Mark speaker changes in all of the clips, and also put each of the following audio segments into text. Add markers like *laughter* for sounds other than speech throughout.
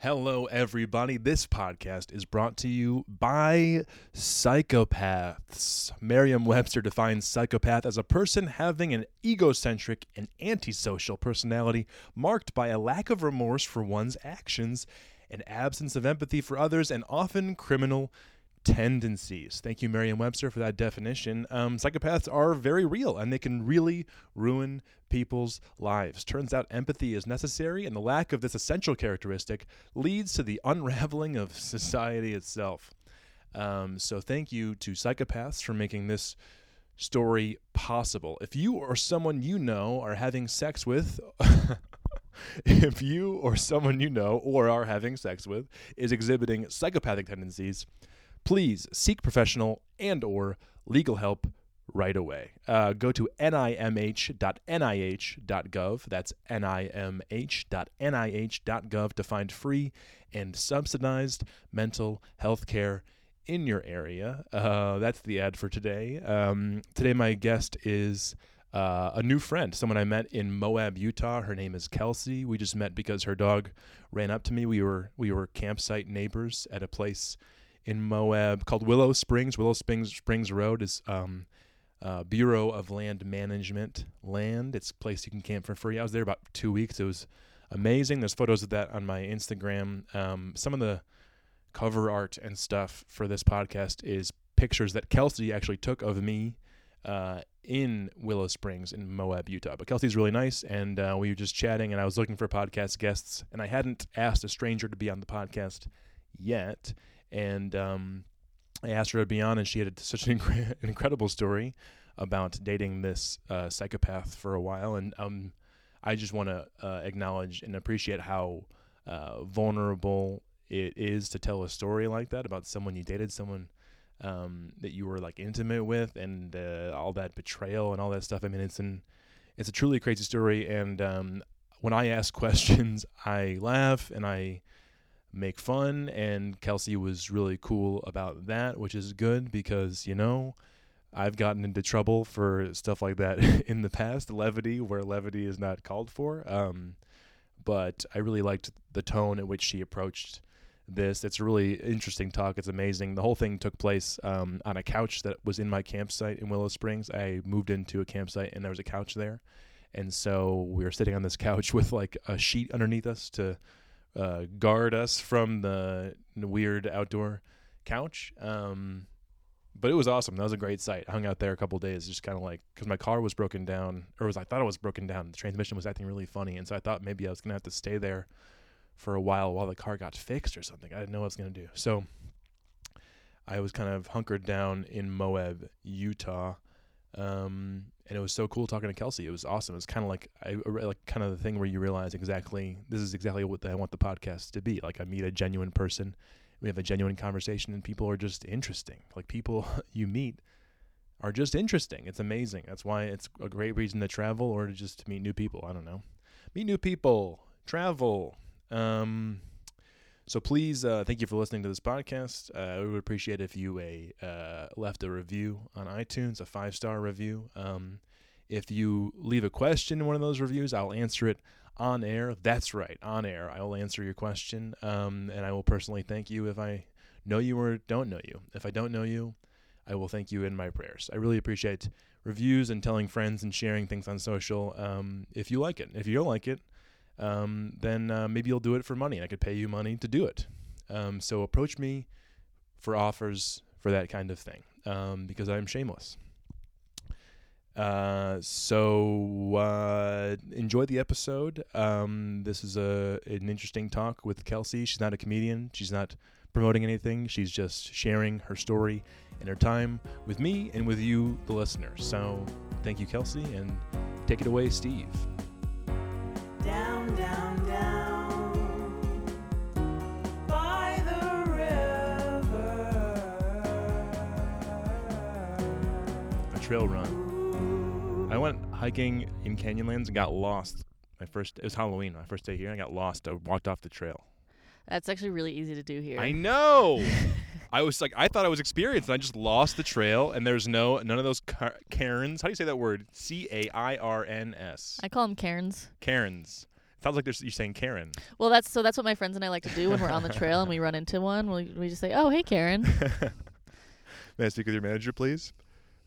Speaker 1: Hello, everybody. This podcast is brought to you by psychopaths. Merriam Webster defines psychopath as a person having an egocentric and antisocial personality marked by a lack of remorse for one's actions, an absence of empathy for others, and often criminal tendencies. Thank you, Merriam Webster, for that definition. Um, psychopaths are very real and they can really ruin people's lives. Turns out empathy is necessary, and the lack of this essential characteristic leads to the unraveling of *laughs* society itself. Um, so, thank you to psychopaths for making this story possible. If you or someone you know are having sex with, *laughs* if you or someone you know or are having sex with is exhibiting psychopathic tendencies, please seek professional and or legal help right away. Uh, go to nimh.nih.gov. That's nimh.nih.gov to find free and subsidized mental health care in your area. Uh, that's the ad for today. Um, today, my guest is uh, a new friend, someone I met in Moab, Utah. Her name is Kelsey. We just met because her dog ran up to me. We were we were campsite neighbors at a place in Moab called Willow Springs. Willow Springs Springs Road is um, uh, Bureau of Land Management land. It's a place you can camp for free. I was there about two weeks. It was amazing. There's photos of that on my Instagram. Um, some of the cover art and stuff for this podcast is pictures that Kelsey actually took of me uh, in Willow Springs in Moab, Utah. But Kelsey's really nice, and uh, we were just chatting, and I was looking for podcast guests, and I hadn't asked a stranger to be on the podcast yet, and um, I asked her to be on, and she had such an incre- *laughs* incredible story about dating this uh, psychopath for a while, and um, I just want to uh, acknowledge and appreciate how uh, vulnerable it is to tell a story like that about someone you dated, someone um, that you were like intimate with, and uh, all that betrayal and all that stuff. I mean, it's an it's a truly crazy story, and um, when I ask *laughs* questions, I laugh and I make fun, and Kelsey was really cool about that, which is good because you know. I've gotten into trouble for stuff like that *laughs* in the past, levity where levity is not called for. Um, but I really liked the tone at which she approached this. It's a really interesting talk. It's amazing. The whole thing took place um, on a couch that was in my campsite in Willow Springs. I moved into a campsite and there was a couch there, and so we were sitting on this *laughs* couch with like a sheet underneath us to uh, guard us from the weird outdoor couch. Um, but it was awesome. That was a great site. I hung out there a couple days, just kind of like because my car was broken down, or was I thought it was broken down. The transmission was acting really funny, and so I thought maybe I was gonna have to stay there for a while while the car got fixed or something. I didn't know what I was gonna do, so I was kind of hunkered down in Moab, Utah, um, and it was so cool talking to Kelsey. It was awesome. It was kind of like I I re- like kind of the thing where you realize exactly this is exactly what I want the podcast to be. Like I meet a genuine person we have a genuine conversation and people are just interesting like people *laughs* you meet are just interesting it's amazing that's why it's a great reason to travel or to just meet new people i don't know meet new people travel um so please uh, thank you for listening to this podcast uh, we would appreciate if you a uh, left a review on itunes a five star review um if you leave a question in one of those reviews i'll answer it on air. That's right, on air. I will answer your question, um, and I will personally thank you if I know you or don't know you. If I don't know you, I will thank you in my prayers. I really appreciate reviews and telling friends and sharing things on social. Um, if you like it, if you don't like it, um, then uh, maybe you'll do it for money, and I could pay you money to do it. Um, so approach me for offers for that kind of thing um, because I'm shameless. Uh, so uh, enjoy the episode. Um, this is a an interesting talk with Kelsey. She's not a comedian. She's not promoting anything. She's just sharing her story and her time with me and with you, the listener. So thank you, Kelsey, and take it away, Steve.
Speaker 2: Down, down, down by the river.
Speaker 1: A trail run. I went hiking in Canyonlands and got lost. My first it was Halloween. My first day here, I got lost. I walked off the trail.
Speaker 3: That's actually really easy to do here.
Speaker 1: I *laughs* know. I was like, I thought I was experienced, and I just lost the trail. And there's no none of those car- Karens. How do you say that word? C A I R N S.
Speaker 3: I call them Karens.
Speaker 1: Karens. It's Sounds like there's, you're saying Karen.
Speaker 3: Well, that's so that's what my friends and I like to do when we're on the
Speaker 1: *laughs*
Speaker 3: trail and we run into one. We we just say, "Oh, hey, Karen."
Speaker 1: May I speak with your manager, please?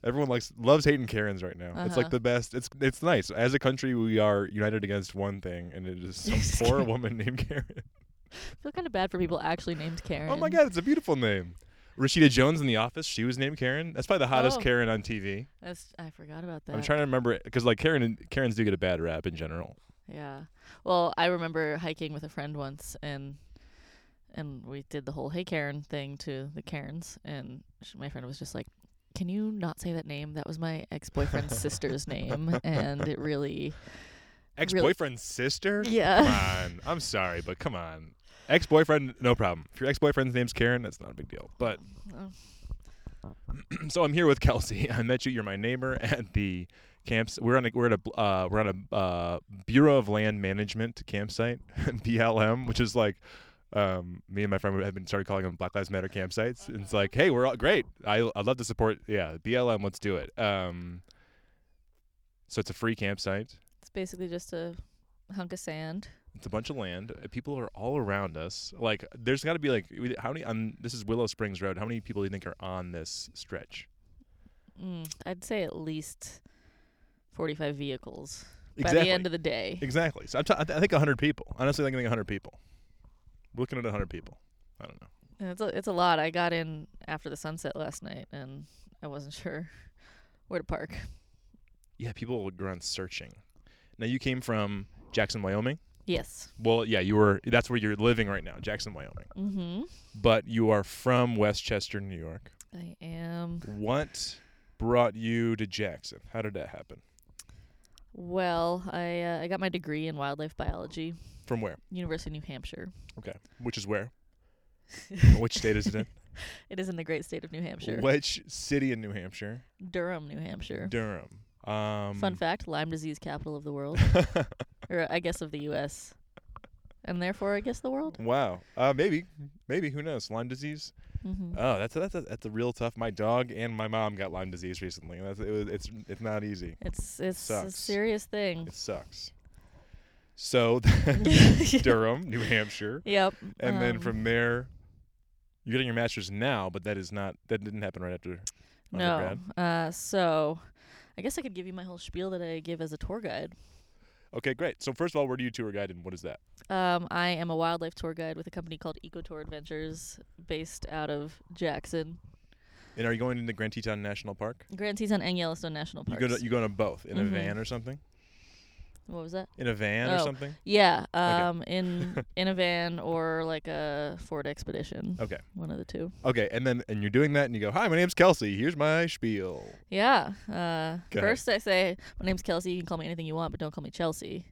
Speaker 1: Everyone likes loves hating Karens right now. It's like
Speaker 3: Uh-huh.
Speaker 1: the best. It's it's nice. As a country, we are united against one thing, and it is *laughs* some poor woman named Karen.
Speaker 3: I feel kind of bad for people actually named Karen.
Speaker 1: Oh my God, it's a beautiful name. Rashida Jones in The Office, she was named Karen. That's probably the hottest
Speaker 3: Oh.
Speaker 1: Karen on TV.
Speaker 3: That's I forgot about that.
Speaker 1: I'm trying to remember it because like Karen, Karens do get a bad rap in general.
Speaker 3: Yeah. Well, I remember hiking with a friend once and and we did the whole hey Karen thing to the Karens and sh my friend was just like, "Can you not say that name? That was my
Speaker 1: *laughs*
Speaker 3: ex-boyfriend's sister's name and it really
Speaker 1: Ex-boyfriend's sister. Come
Speaker 3: Yeah.
Speaker 1: on. I'm sorry, but come on. Ex-boyfriend, no problem. If your ex-boyfriend's name's Karen, that's not a big deal. But
Speaker 3: Oh.
Speaker 1: so I'm here with Kelsey. *laughs* I met you. You're my neighbor *laughs* at the camps. We're on a we're at a uh, we're on a uh, Bureau of Land Management campsite, *laughs* BLM, which is like. Um, me and my friend have been started calling them Black Lives Matter campsites. And it's like, hey, we're all great. I I'd love to support. Yeah, BLM, let's do it. Um, so it's a free campsite.
Speaker 3: *laughs* It's basically just a hunk of sand.
Speaker 1: It's a bunch of land. Uh, People are all around us. Like, there's got to be like, we- how many? On this is Willow Springs Road. How many people do you think are on this stretch?
Speaker 3: Mm, I'd say at least 45 vehicles
Speaker 1: Exactly.
Speaker 3: by the end of the day.
Speaker 1: exactly. So I'm t- I th- I think 100 people. Honestly, I think 100 people. We're looking at 100 people. I don't know.
Speaker 3: Yeah, It's a, it's a lot. I got in after the sunset last night and I wasn't *laughs* sure where to park.
Speaker 1: Yeah, people would go around searching. Now you came from Jackson, Wyoming.
Speaker 3: Yes.
Speaker 1: Well, yeah, you were. That's where you're living right now, Jackson, Wyoming.
Speaker 3: Mhm.
Speaker 1: But you are from Westchester, New York.
Speaker 3: I am
Speaker 1: What brought you to Jackson? How did that happen?
Speaker 3: well, I uh, I got my degree in wildlife biology,
Speaker 1: From where?
Speaker 3: University of New Hampshire.
Speaker 1: Okay. Which is
Speaker 3: *laughs*
Speaker 1: where? Which state is it in?
Speaker 3: It is in the great state of New Hampshire.
Speaker 1: Which city in New Hampshire?
Speaker 3: Durham, New Hampshire.
Speaker 1: Durham. Um,
Speaker 3: Fun fact, Lyme disease capital of
Speaker 1: *laughs*
Speaker 3: the world or I guess of the US. And therefore, I guess the
Speaker 1: *laughs*
Speaker 3: world.
Speaker 1: wow. Uh, maybe, maybe who knows? Lyme disease.
Speaker 3: Mhm.
Speaker 1: Oh, that's that's a, that's a real tough. My dog and my mom got Lyme disease recently. and That's it was, it's it's not easy.
Speaker 3: It's it's a
Speaker 1: Sucks.
Speaker 3: serious thing.
Speaker 1: It sucks.
Speaker 3: *laughs*
Speaker 1: So *laughs* Durham, New Hampshire,
Speaker 3: Yep.
Speaker 1: and then
Speaker 3: um,
Speaker 1: from there, you're getting your master's now, but that is not that didn't happen right after.
Speaker 3: No.
Speaker 1: undergrad.
Speaker 3: Uh, so I guess I could give you my whole spiel that I give as a tour guide.
Speaker 1: Okay, great. So first of all, where do you tour guide and what is that?
Speaker 3: Um, I am a wildlife tour guide with a company called EcoTour Adventures based out of Jackson.
Speaker 1: And are you going into Grand Teton National Park?
Speaker 3: Grand Teton and Yellowstone National Parks.
Speaker 1: You go to you go to both in
Speaker 3: Mhm.
Speaker 1: a van or something?
Speaker 3: what was that?
Speaker 1: In a van or
Speaker 3: Oh.
Speaker 1: something?
Speaker 3: Yeah,
Speaker 1: *laughs*
Speaker 3: um, in in a van or like a Ford Expedition.
Speaker 1: Okay.
Speaker 3: One of the two.
Speaker 1: Okay, and then and you're doing that and you go, "Hi, my name's Kelsey. Here's my spiel."
Speaker 3: Yeah. Uh,
Speaker 1: Go ahead.
Speaker 3: first, I say my name's Kelsey. You can call me anything you want, but don't call me Chelsea.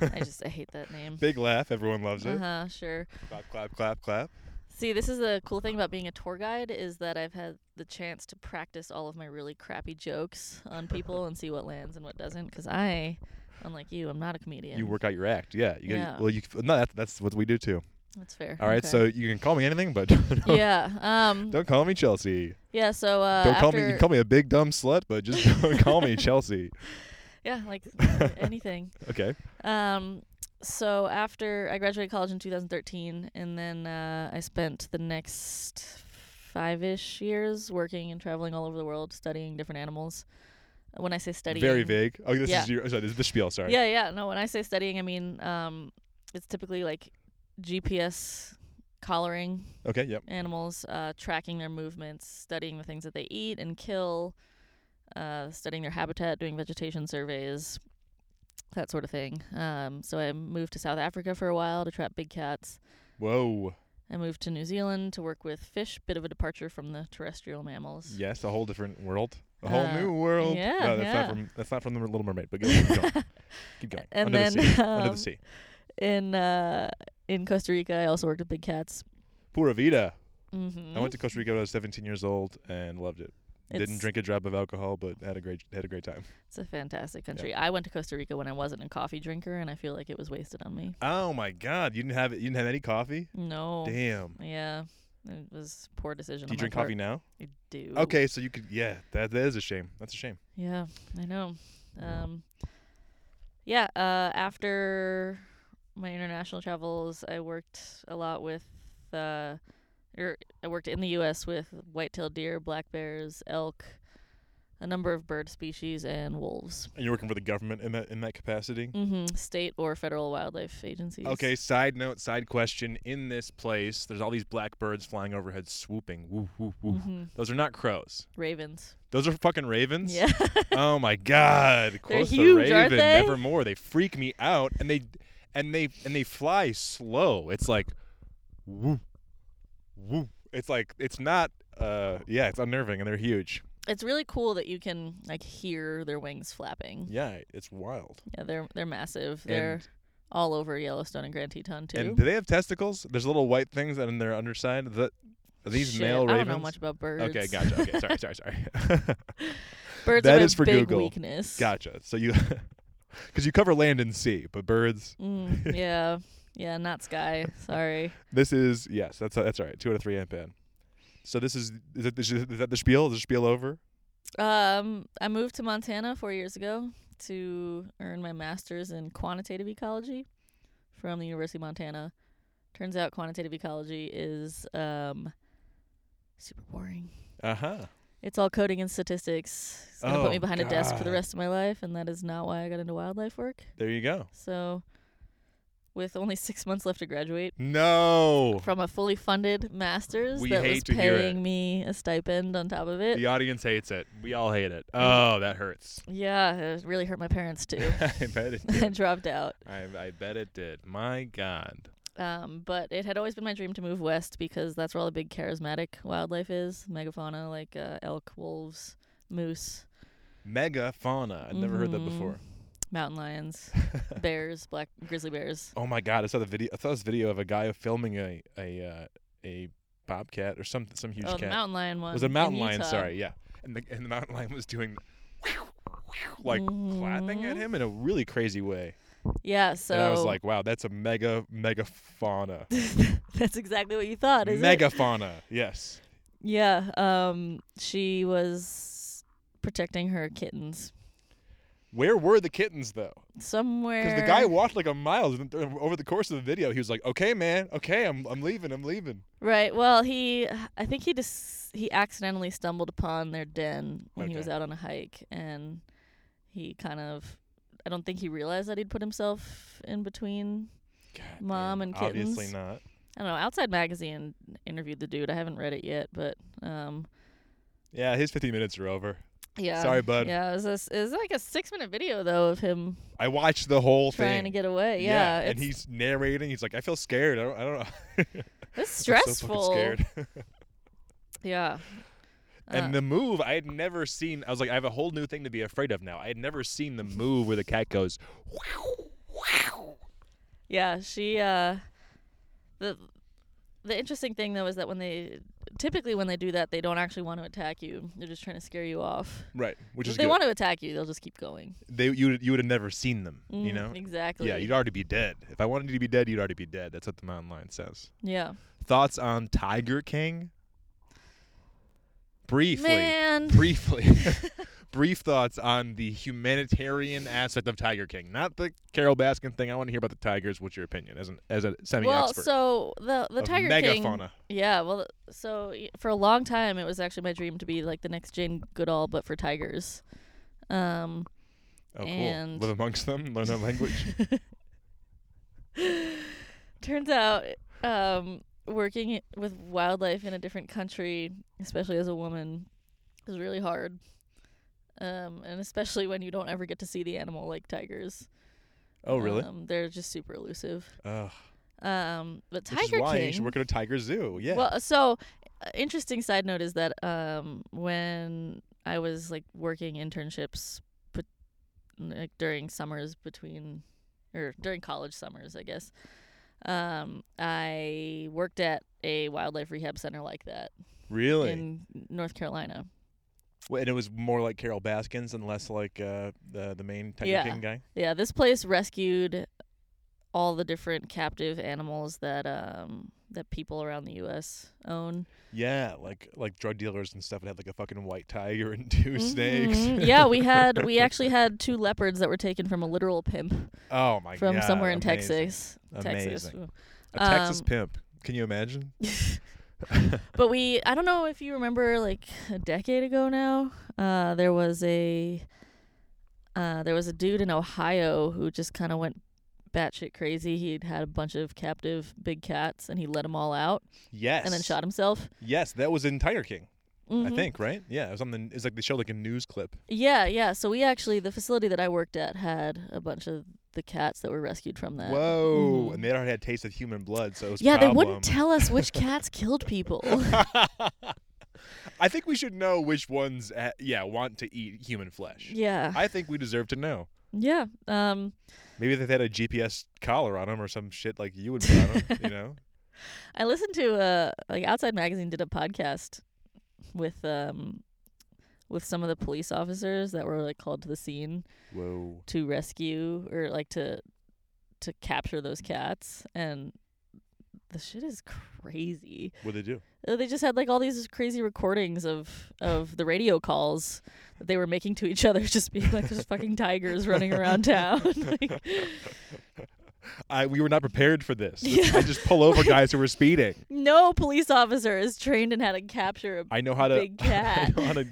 Speaker 3: I just I hate
Speaker 1: *laughs*
Speaker 3: that name.
Speaker 1: Big laugh, everyone loves
Speaker 3: Uh
Speaker 1: it.
Speaker 3: huh. Sure.
Speaker 1: Clap, clap, clap, clap.
Speaker 3: See, this is the cool thing about being a tour guide is that I've had the chance to practice all of my really crappy jokes on people and see what lands and what doesn't. Because I, unlike you, I'm not a comedian.
Speaker 1: You work out your act. Yeah. You gotta,
Speaker 3: Yeah.
Speaker 1: Well, you no, that's that's what we do too.
Speaker 3: That's fair.
Speaker 1: All right,
Speaker 3: Okay.
Speaker 1: so you can call me anything, but *laughs* don't,
Speaker 3: yeah, um,
Speaker 1: don't call me Chelsea.
Speaker 3: yeah. So uh,
Speaker 1: don't call me you
Speaker 3: after-
Speaker 1: can call me a big dumb slut, but just *laughs* don't call me Chelsea.
Speaker 3: yeah,
Speaker 1: *laughs*
Speaker 3: like anything.
Speaker 1: Okay.
Speaker 3: *laughs* Um, so after I graduated college in 2013, and then uh, I spent the next five-ish years working and traveling all over the world, studying different animals. When I say studying,
Speaker 1: Very vague. Oh, this
Speaker 3: Yeah.
Speaker 1: is your sorry, this is the spiel, sorry.
Speaker 3: Yeah, yeah. No, when I say studying, I mean um, it's typically like GPS collaring
Speaker 1: Okay, yep.
Speaker 3: animals, uh, tracking their movements, studying the things that they eat and kill, uh, studying their habitat, doing vegetation surveys, that sort of thing. Um, so I moved to South Africa for a while to trap big cats.
Speaker 1: Whoa.
Speaker 3: I moved to New Zealand to work with fish, bit of a departure from the terrestrial mammals.
Speaker 1: Yes, a whole different world. A whole
Speaker 3: Uh,
Speaker 1: new world.
Speaker 3: yeah,
Speaker 1: no, that's
Speaker 3: yeah.
Speaker 1: not from that's not from the Little Mermaid, but go on, keep
Speaker 3: *laughs*
Speaker 1: going. keep going.
Speaker 3: And
Speaker 1: Under the
Speaker 3: then,
Speaker 1: sea. Under the
Speaker 3: um,
Speaker 1: sea.
Speaker 3: In uh, in Costa Rica, I also worked with big cats.
Speaker 1: Pura Vida.
Speaker 3: Mm-hmm.
Speaker 1: I went to Costa Rica when I was 17 years old and loved it. Didn't
Speaker 3: It's-
Speaker 1: drink a drop of alcohol, but had a great had a great time.
Speaker 3: It's a fantastic country. I went to Costa Rica when I wasn't a coffee drinker, and I feel like it was wasted on me.
Speaker 1: Oh my God! You didn't have you didn't have any coffee?
Speaker 3: No.
Speaker 1: Damn.
Speaker 3: Yeah, it was a poor decision.
Speaker 1: Do you
Speaker 3: on my
Speaker 1: drink
Speaker 3: part.
Speaker 1: coffee now?
Speaker 3: I do.
Speaker 1: Okay, so you could yeah. That that is a shame. That's a shame.
Speaker 3: Yeah, I know. Um, yeah. Uh, after my international travels, I worked a lot with, uh, er, I worked in the U.S. with white-tailed deer, black bears, elk, a number of bird species, and wolves.
Speaker 1: And you're working for the government in that in that capacity.
Speaker 3: hmm State or federal wildlife agencies.
Speaker 1: Okay, side note, side question. In this place, there's all these black birds flying overhead, swooping. Woo, woo, woo.
Speaker 3: hmm
Speaker 1: Those are not crows.
Speaker 3: Ravens.
Speaker 1: Those are fucking ravens.
Speaker 3: Yeah.
Speaker 1: oh my god. Quoth the
Speaker 3: huge,
Speaker 1: raven
Speaker 3: aren't they?
Speaker 1: nevermore. They freak me out, and they and they and they fly slow. It's like, woo, woo. It's like it's not. Uh, yeah, it's unnerving, and they're huge.
Speaker 3: it's really cool that you can like hear their wings flapping.
Speaker 1: Yeah, it's wild.
Speaker 3: Yeah, they're they're massive. They're
Speaker 1: And-
Speaker 3: all over Yellowstone and Grand Teton too.
Speaker 1: And do they have testicles? There's little white things on their underside. That are these
Speaker 3: Shit,
Speaker 1: male
Speaker 3: I
Speaker 1: ravens?
Speaker 3: don't know much about birds.
Speaker 1: Okay, gotcha. Okay, sorry, sorry, sorry. *laughs*
Speaker 3: birds
Speaker 1: That
Speaker 3: are my
Speaker 1: is for
Speaker 3: big
Speaker 1: Google.
Speaker 3: weakness.
Speaker 1: gotcha. So you, *laughs* because you cover land and sea, but birds. *laughs*
Speaker 3: Mm, yeah, yeah, not sky. Sorry.
Speaker 1: This is yes, that's that's all right. Two out of three, and pan. So this is is that, is that the spiel? Is the spiel over?
Speaker 3: Um, I moved to Montana four years ago to earn my master's in quantitative ecology from the University of Montana. Turns out quantitative ecology is um super boring.
Speaker 1: Uh huh.
Speaker 3: It's all coding and statistics. It's gonna
Speaker 1: Oh,
Speaker 3: put me behind a desk for the
Speaker 1: God.
Speaker 3: rest of my life, and that is not why I got into wildlife work.
Speaker 1: There you go.
Speaker 3: So, with only six months left to graduate
Speaker 1: No,
Speaker 3: from a fully funded master's
Speaker 1: We
Speaker 3: that was
Speaker 1: hate to hear it.
Speaker 3: paying me a stipend on top of it,
Speaker 1: the audience hates it. We all hate it. Oh, that hurts.
Speaker 3: yeah, it really hurt my parents
Speaker 1: *laughs*
Speaker 3: too. *laughs*
Speaker 1: I bet it
Speaker 3: I *laughs*
Speaker 1: did.
Speaker 3: dropped out.
Speaker 1: I, I bet it did. My God.
Speaker 3: Um, but it had always been my dream to move west because that's where all the big charismatic wildlife is megafauna like uh, elk, wolves, moose,
Speaker 1: Mega fauna. I've never heard that
Speaker 3: Mhm.
Speaker 1: before.
Speaker 3: mountain lions, bears, black grizzly bears.
Speaker 1: *laughs* Oh my god! I saw the video. I saw this video of a guy filming a a uh, a bobcat or some some huge
Speaker 3: Oh, the
Speaker 1: cat.
Speaker 3: mountain lion one.
Speaker 1: it was a mountain
Speaker 3: in
Speaker 1: lion.
Speaker 3: Utah.
Speaker 1: Sorry, yeah. And the and the mountain lion was doing like clapping at
Speaker 3: Mhm.
Speaker 1: him in a really crazy way.
Speaker 3: Yeah, so
Speaker 1: and I was like, wow, that's a mega mega fauna.
Speaker 3: *laughs* that's exactly what you thought, is
Speaker 1: mega
Speaker 3: it?
Speaker 1: fauna. Yes.
Speaker 3: Yeah, um, she was protecting her kittens
Speaker 1: Where were the kittens though?
Speaker 3: somewhere.
Speaker 1: Because the guy walked like a mile and th- over the course of the video. He was like, "Okay, man. Okay, I'm I'm leaving. I'm leaving."
Speaker 3: Right. Well, he, I think he just he accidentally stumbled upon their den when he was
Speaker 1: Okay.
Speaker 3: out on a hike, and he kind of, I don't think he realized that he'd put himself in between.
Speaker 1: God
Speaker 3: Mom
Speaker 1: damn,
Speaker 3: and
Speaker 1: Obviously
Speaker 3: kittens.
Speaker 1: not.
Speaker 3: I don't know. Outside Magazine interviewed the dude. I haven't read it yet, but um,
Speaker 1: Yeah, his 15 minutes are over.
Speaker 3: yeah.
Speaker 1: Sorry, bud.
Speaker 3: Yeah, it was, a s it was like a six minute video though of him
Speaker 1: I watched the whole
Speaker 3: trying
Speaker 1: thing.
Speaker 3: to get away. Yeah,
Speaker 1: and
Speaker 3: it's,
Speaker 1: he's narrating. He's like, "I feel scared. I don't, I don't know." *laughs* I'm
Speaker 3: it's
Speaker 1: so fucking
Speaker 3: stressful.
Speaker 1: scared.
Speaker 3: Yeah. Uh,
Speaker 1: and the move I had never seen. I was like, I have a whole new thing to be afraid of now. I had never seen the move where the cat goes. *laughs* "Wow, wow."
Speaker 3: yeah, she uh the the interesting thing though is that when they typically when they do that they don't actually want to attack you. They're just trying to scare you off.
Speaker 1: Right, which is
Speaker 3: if they
Speaker 1: good.
Speaker 3: want to attack you, they'll just keep going.
Speaker 1: they you would- you would have never seen them. you
Speaker 3: Mm,
Speaker 1: know.
Speaker 3: Exactly.
Speaker 1: Yeah, you'd already be dead. If I wanted you to be dead, you'd already be dead. That's what the mountain lion says.
Speaker 3: yeah.
Speaker 1: Thoughts on Tiger King? Briefly. *laughs*
Speaker 3: Man.
Speaker 1: briefly brief thoughts on the humanitarian aspect of Tiger King, not the Carol Baskin thing. I want to hear about the tigers. What's your opinion as an as a semi
Speaker 3: Well,
Speaker 1: expert?
Speaker 3: so the the
Speaker 1: of
Speaker 3: Tiger King
Speaker 1: megafauna.
Speaker 3: Yeah, well so y- for a long time it was actually my dream to be like the next Jane Goodall but for tigers. Um *laughs*
Speaker 1: Oh, cool.
Speaker 3: and-
Speaker 1: Live amongst them, learn their *laughs* language.
Speaker 3: Turns out, um, working i- with wildlife in a different country, especially as a woman, is really hard. Um, and especially when you don't ever get to see the animal like tigers.
Speaker 1: Oh, really?
Speaker 3: Um, they're just super elusive.
Speaker 1: Ugh.
Speaker 3: Um, but Tiger
Speaker 1: Which is why
Speaker 3: King.
Speaker 1: you should work at a tiger zoo. Yeah.
Speaker 3: Well, so uh, interesting side note is that um, when I was like working internships, but like during summers between or during college summers, I guess, um, I worked at a wildlife rehab center like that
Speaker 1: really?
Speaker 3: in North Carolina.
Speaker 1: Well, and it was more like Carol Baskins and less like uh, the the main Tiger
Speaker 3: Yeah.
Speaker 1: King guy.
Speaker 3: Yeah, this place rescued all the different captive animals that um that people around the U.S. own.
Speaker 1: Yeah, like like drug dealers and stuff would have like a fucking white tiger and *laughs* 2 snakes. *laughs*
Speaker 3: Mhm. yeah, we had we actually had two leopards that were taken from a literal pimp
Speaker 1: Oh my
Speaker 3: from
Speaker 1: god.
Speaker 3: somewhere in
Speaker 1: amazing.
Speaker 3: Texas. Texas.
Speaker 1: Amazing.
Speaker 3: Ooh.
Speaker 1: A Texas
Speaker 3: Um,
Speaker 1: pimp. Can you imagine? *laughs*
Speaker 3: *laughs* But we, I don't know if you remember, like a decade ago now, uh, there was a, uh, there was a dude in Ohio who just kind of went batshit crazy. He'd had a bunch of captive big cats, and he let them all out,
Speaker 1: Yes.
Speaker 3: and then shot himself.
Speaker 1: Yes, that was in Tiger King,
Speaker 3: Mhm.
Speaker 1: I think, right? Yeah, it was on the it's like they showed like a news clip.
Speaker 3: Yeah, yeah. So we actually, the facility that I worked at had a bunch of the cats that were rescued from that.
Speaker 1: Whoa.
Speaker 3: Mhm.
Speaker 1: And they already had taste of human blood, so it was
Speaker 3: Yeah, they
Speaker 1: problem.
Speaker 3: wouldn't tell us which cats killed people.
Speaker 1: I think we should know which ones uh, yeah, want to eat human flesh.
Speaker 3: *laughs* yeah,
Speaker 1: I think we deserve to know.
Speaker 3: yeah. Um,
Speaker 1: Maybe if they had a GPS collar on them or some shit like you would put on 'em,
Speaker 3: *laughs*
Speaker 1: you know?
Speaker 3: I listened to uh like Outside Magazine did a podcast with um with some of the police officers that were like called to the scene
Speaker 1: Whoa.
Speaker 3: to rescue or like to to capture those cats and the shit is crazy.
Speaker 1: What'd they
Speaker 3: *laughs*
Speaker 1: do?
Speaker 3: Uh, They just had like all these crazy recordings of of the radio calls that they were making to each other, *laughs* just being like, "There's fucking
Speaker 1: *laughs*
Speaker 3: tigers running around town." *laughs* like,
Speaker 1: I we were not prepared for
Speaker 3: *laughs*
Speaker 1: this.
Speaker 3: Yeah.
Speaker 1: I just pull over guys who were speeding.
Speaker 3: no police officer is trained in how to capture a
Speaker 1: I know how to
Speaker 3: Big cat.
Speaker 1: *laughs* I know how to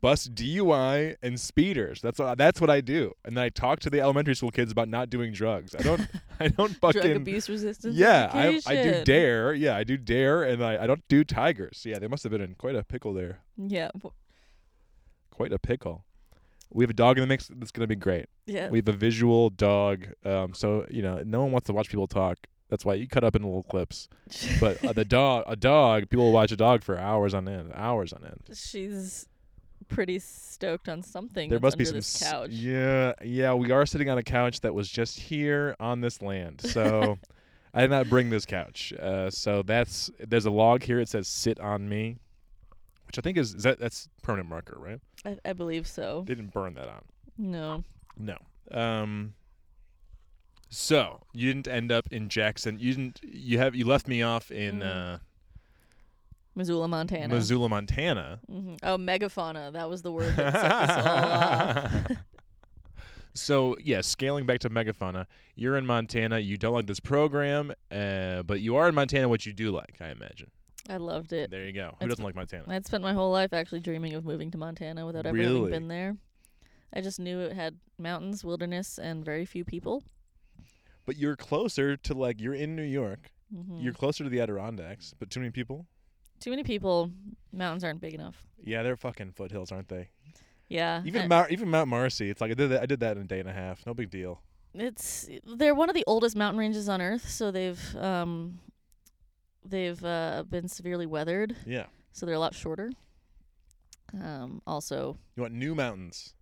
Speaker 1: bust DUI and speeders. That's what, that's what I do. And then I talk to the elementary school kids about not doing drugs. I don't I don't fucking
Speaker 3: *laughs* drug abuse resistance.
Speaker 1: Yeah, I, I do
Speaker 3: education.
Speaker 1: dare. Yeah, I do dare, and I, I don't do tigers. Yeah, they must have been in quite a pickle there.
Speaker 3: Yeah. w-
Speaker 1: Quite a pickle. We have a dog in the mix. That's gonna be great.
Speaker 3: Yeah.
Speaker 1: We have a visual dog. Um, so you know, no one wants to watch people talk. That's why you cut up in little clips. But uh, the dog, a dog, people will watch a dog for hours on end, hours on end.
Speaker 3: She's pretty stoked on something.
Speaker 1: There
Speaker 3: that's
Speaker 1: must be some
Speaker 3: under this
Speaker 1: s-
Speaker 3: couch.
Speaker 1: Yeah, yeah. We are sitting on a couch that was just here on this land.
Speaker 3: *laughs*
Speaker 1: So I did not bring this couch. Uh, so that's there's a log here. It says "sit on me," which I think is, is that that's permanent marker, right?
Speaker 3: I, I believe so.
Speaker 1: They didn't burn that on.
Speaker 3: No.
Speaker 1: No. Um. So you didn't end up in Jackson. You didn't. You have you left me off in uh,
Speaker 3: Mm. Missoula, Montana.
Speaker 1: Missoula, Montana.
Speaker 3: Mhm. Oh, megafauna. That was the word that set
Speaker 1: *laughs*
Speaker 3: us all off.
Speaker 1: so yeah, scaling back to megafauna, you're in Montana. You don't like this program, uh, but you are in Montana. What you do like, I imagine.
Speaker 3: I loved it.
Speaker 1: There you go. Who
Speaker 3: That's-
Speaker 1: doesn't like Montana?
Speaker 3: I'd spent my whole life actually dreaming of moving to Montana without ever having
Speaker 1: Really?
Speaker 3: been there. I just knew it had mountains, wilderness, and very few people.
Speaker 1: But you're closer to like you're in New York.
Speaker 3: hmm
Speaker 1: You're closer to the Adirondacks, but too many people.
Speaker 3: Too many people. Mountains aren't big enough.
Speaker 1: Yeah, they're fucking foothills, aren't they?
Speaker 3: Yeah.
Speaker 1: Even
Speaker 3: Uh, I-
Speaker 1: Mount, even Mount Marcy. It's like I did that. I did that in a day and a half. No big deal.
Speaker 3: it's they're one of the oldest mountain ranges on earth so they've um they've uh, been severely weathered
Speaker 1: Yeah.
Speaker 3: so they're a lot shorter um also
Speaker 1: You want new mountains,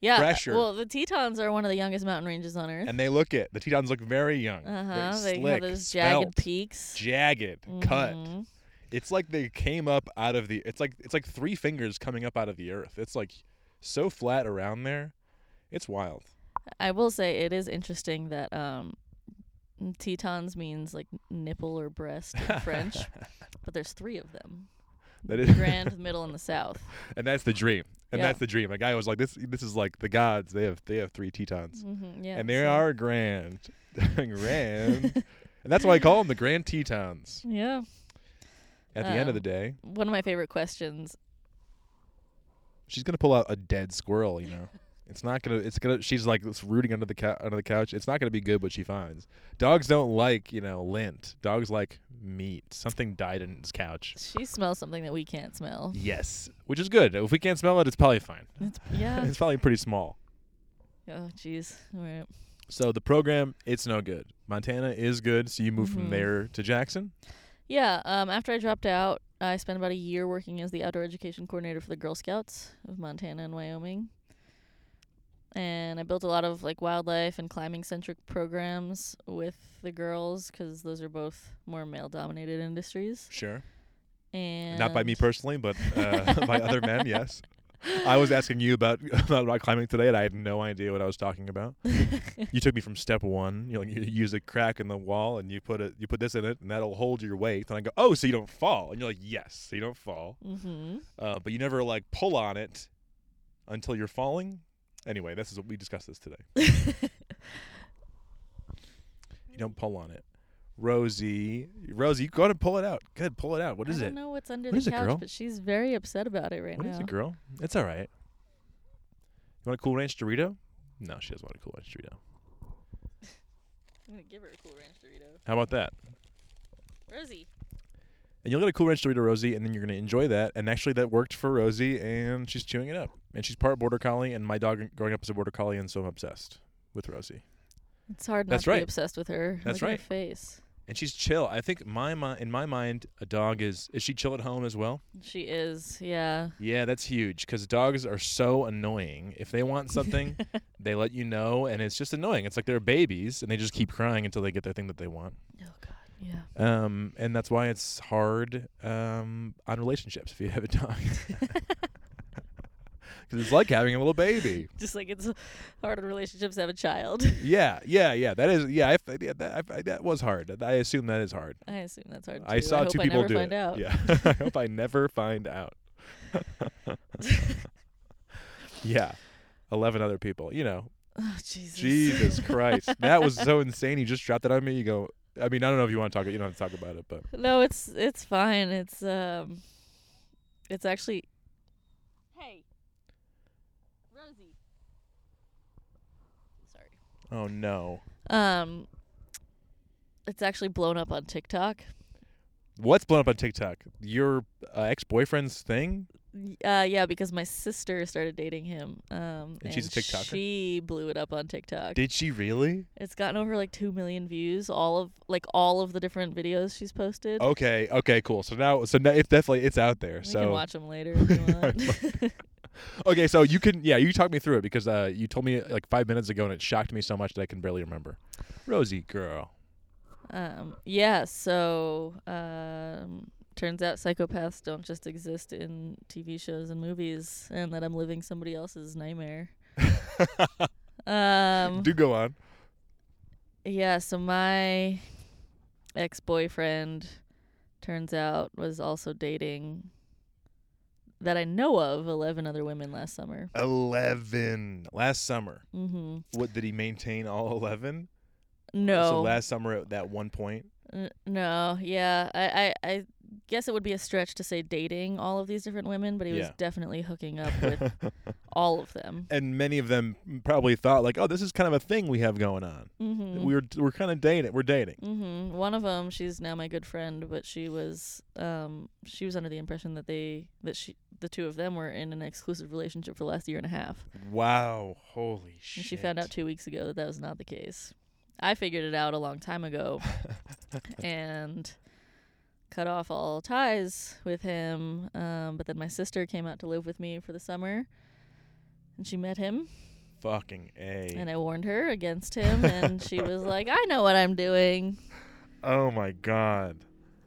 Speaker 3: yeah uh,
Speaker 1: Fresher.
Speaker 3: well the tetons are one of the youngest mountain ranges on earth
Speaker 1: and they look it. The Tetons look very young. Very
Speaker 3: uh-huh they
Speaker 1: slick,
Speaker 3: have those jagged
Speaker 1: svelte,
Speaker 3: peaks
Speaker 1: jagged, cut.
Speaker 3: Mhm.
Speaker 1: It's like they came up out of the. It's like it's like three fingers coming up out of the earth. It's like so flat around there. It's wild.
Speaker 3: i will say it is interesting that um tetons means like nipple or breast
Speaker 1: *laughs*
Speaker 3: in french but there's three of them
Speaker 1: That is,
Speaker 3: grand the middle and the
Speaker 1: *laughs*
Speaker 3: south
Speaker 1: and that's the dream. And
Speaker 3: Yeah.
Speaker 1: that's the dream. A guy was like, "This, this is like the gods. They have, they have three Tetons,
Speaker 3: hmm yeah
Speaker 1: and they
Speaker 3: so-
Speaker 1: are grand, *laughs* grand, and that's why I call them the Grand Tetons.
Speaker 3: yeah
Speaker 1: At the end of
Speaker 3: Oh.
Speaker 1: the day,
Speaker 3: one of my favorite questions
Speaker 1: she's gonna pull out a dead squirrel. You
Speaker 3: *laughs*
Speaker 1: know, it's not gonna. It's gonna. She's like it's rooting under the cou- under the couch. It's not gonna be good what she finds. Dogs don't like you know lint. Dogs like meat. Something died in his couch.
Speaker 3: She smells something that we can't smell.
Speaker 1: Yes, which is good. If we can't smell it, it's probably fine.
Speaker 3: It's, yeah.
Speaker 1: It's probably pretty small.
Speaker 3: oh, jeez. All right.
Speaker 1: So the program, it's no good. Montana is good, so you move from
Speaker 3: Mhm.
Speaker 1: there to Jackson.
Speaker 3: Yeah. Um. After I dropped out, I spent about a year working as the outdoor education coordinator for the Girl Scouts of Montana and Wyoming. And I built a lot of like wildlife and climbing centric programs with the girls because those are both more male dominated industries.
Speaker 1: Sure,
Speaker 3: And *laughs*
Speaker 1: not by me personally, but uh, by other men. Yes. I was asking you about *laughs* about rock climbing today, and I had no idea what I was talking about.
Speaker 3: Mm-hmm.
Speaker 1: you took me from step one. You know, *laughs* you use a crack in the wall, and you put it, you put this in it, and that'll hold your weight. And I go, oh, so you don't fall? And you're like, yes, so you don't fall.
Speaker 3: hmm
Speaker 1: Uh, but you never like pull on it until you're falling. Anyway, this is what we discussed this today. You don't pull on it, Rosie. Rosie, go ahead and pull it out. Good, pull it out. What is
Speaker 3: I
Speaker 1: it?
Speaker 3: don't know what's under
Speaker 1: What is
Speaker 3: the
Speaker 1: it,
Speaker 3: couch,
Speaker 1: girl?
Speaker 3: but she's very upset about it right
Speaker 1: What
Speaker 3: now.
Speaker 1: is it, girl? It's all right. You want a Cool Ranch Dorito? No, she doesn't want a Cool Ranch Dorito.
Speaker 3: I'm gonna give her a Cool Ranch Dorito.
Speaker 1: How about that?
Speaker 3: Rosie.
Speaker 1: And you'll get a Cool Ranch Dorito, Rosie, and then you're going to enjoy that. And actually, that worked for Rosie, and she's chewing it up. And she's part Border Collie, and my dog growing up is a Border Collie, and so I'm obsessed with Rosie.
Speaker 3: It's hard not
Speaker 1: That's
Speaker 3: to
Speaker 1: right.
Speaker 3: be obsessed with her.
Speaker 1: That's
Speaker 3: Look
Speaker 1: right.
Speaker 3: At her face.
Speaker 1: And she's chill. I think my mi- in my mind, a dog is is she chill at home as well?
Speaker 3: She is. Yeah.
Speaker 1: Yeah, that's huge because dogs are so annoying. If they want *laughs* something, they let you know, and it's just annoying. It's like they're babies, and they just keep crying until they get their thing that they want.
Speaker 3: Oh God. *laughs* Yeah.
Speaker 1: um, and that's why it's hard um, on relationships if you have a dog. *laughs* Because it's like having a little baby.
Speaker 3: Just like it's hard in relationships to have a child. *laughs*
Speaker 1: Yeah, yeah, yeah. That is, yeah. I, I- yeah that, I, that was hard. I assume that is hard.
Speaker 3: I assume that's hard. Too.
Speaker 1: I saw
Speaker 3: hope
Speaker 1: two
Speaker 3: I
Speaker 1: people do
Speaker 3: never find
Speaker 1: it.
Speaker 3: Out.
Speaker 1: Yeah, *laughs* I hope I never find out. yeah, eleven other people. You
Speaker 3: *laughs*
Speaker 1: know,
Speaker 3: *laughs* Oh Jesus.
Speaker 1: Jesus Christ, that was so insane. You just dropped that on me. You go. I mean, I don't know if you want to talk. You don't have to talk about it, but
Speaker 3: No, it's it's fine. It's um, it's actually. Hey. Rosie. Sorry.
Speaker 1: oh no,
Speaker 3: Um. It's actually blown up on TikTok.
Speaker 1: What's blown up on TikTok? Your uh, ex-boyfriend's thing?
Speaker 3: Y- Uh, yeah, because my sister started dating him. Um,
Speaker 1: And she's a TikToker?
Speaker 3: She blew it up on TikTok.
Speaker 1: Did she really?
Speaker 3: it's gotten over like two million views. All of like all of the different videos she's posted.
Speaker 1: Okay, okay, cool. So now, so now it's definitely it's out there.
Speaker 3: we
Speaker 1: Oh, so
Speaker 3: can watch them later
Speaker 1: *laughs*
Speaker 3: if you want.
Speaker 1: okay, so you can yeah, you talk me through it because uh, you told me like five minutes ago and it shocked me so much that I can barely remember. Rosie girl.
Speaker 3: *laughs* Um, yeah, so um, turns out psychopaths don't just exist in TV shows and movies, and that I'm living somebody
Speaker 1: *laughs*
Speaker 3: else's nightmare. um,
Speaker 1: Do go on.
Speaker 3: yeah, so my ex boyfriend turns out was also dating that I know of 11 other women last summer.
Speaker 1: Eleven last summer.
Speaker 3: Mm-hmm.
Speaker 1: What did he maintain all eleven?
Speaker 3: No.
Speaker 1: So last summer at that one point.
Speaker 3: N- No, yeah, I, I, I guess it would be a stretch to say dating all of these different women, but he was
Speaker 1: Yeah.
Speaker 3: definitely
Speaker 1: *laughs*
Speaker 3: hooking up with all of them.
Speaker 1: and many of them probably thought like, oh, this is kind of a thing we have going on.
Speaker 3: Mm-hmm.
Speaker 1: We were we're kind of dating. We're dating.
Speaker 3: hmm One of them, she's now my good friend, but she was, um, she was under the impression that they, that she, the two of them were in an exclusive relationship for the last year and a half,
Speaker 1: Wow! Holy shit!
Speaker 3: and she found out two weeks ago that that was not the case. I figured it out a long
Speaker 1: *laughs*
Speaker 3: time ago, and cut off all ties with him. Um, but then my sister came out to live with me for the summer, and she met him,
Speaker 1: Fucking a.
Speaker 3: and I warned her
Speaker 1: *laughs*
Speaker 3: against him, and she was like, "I know what I'm doing."
Speaker 1: oh my god!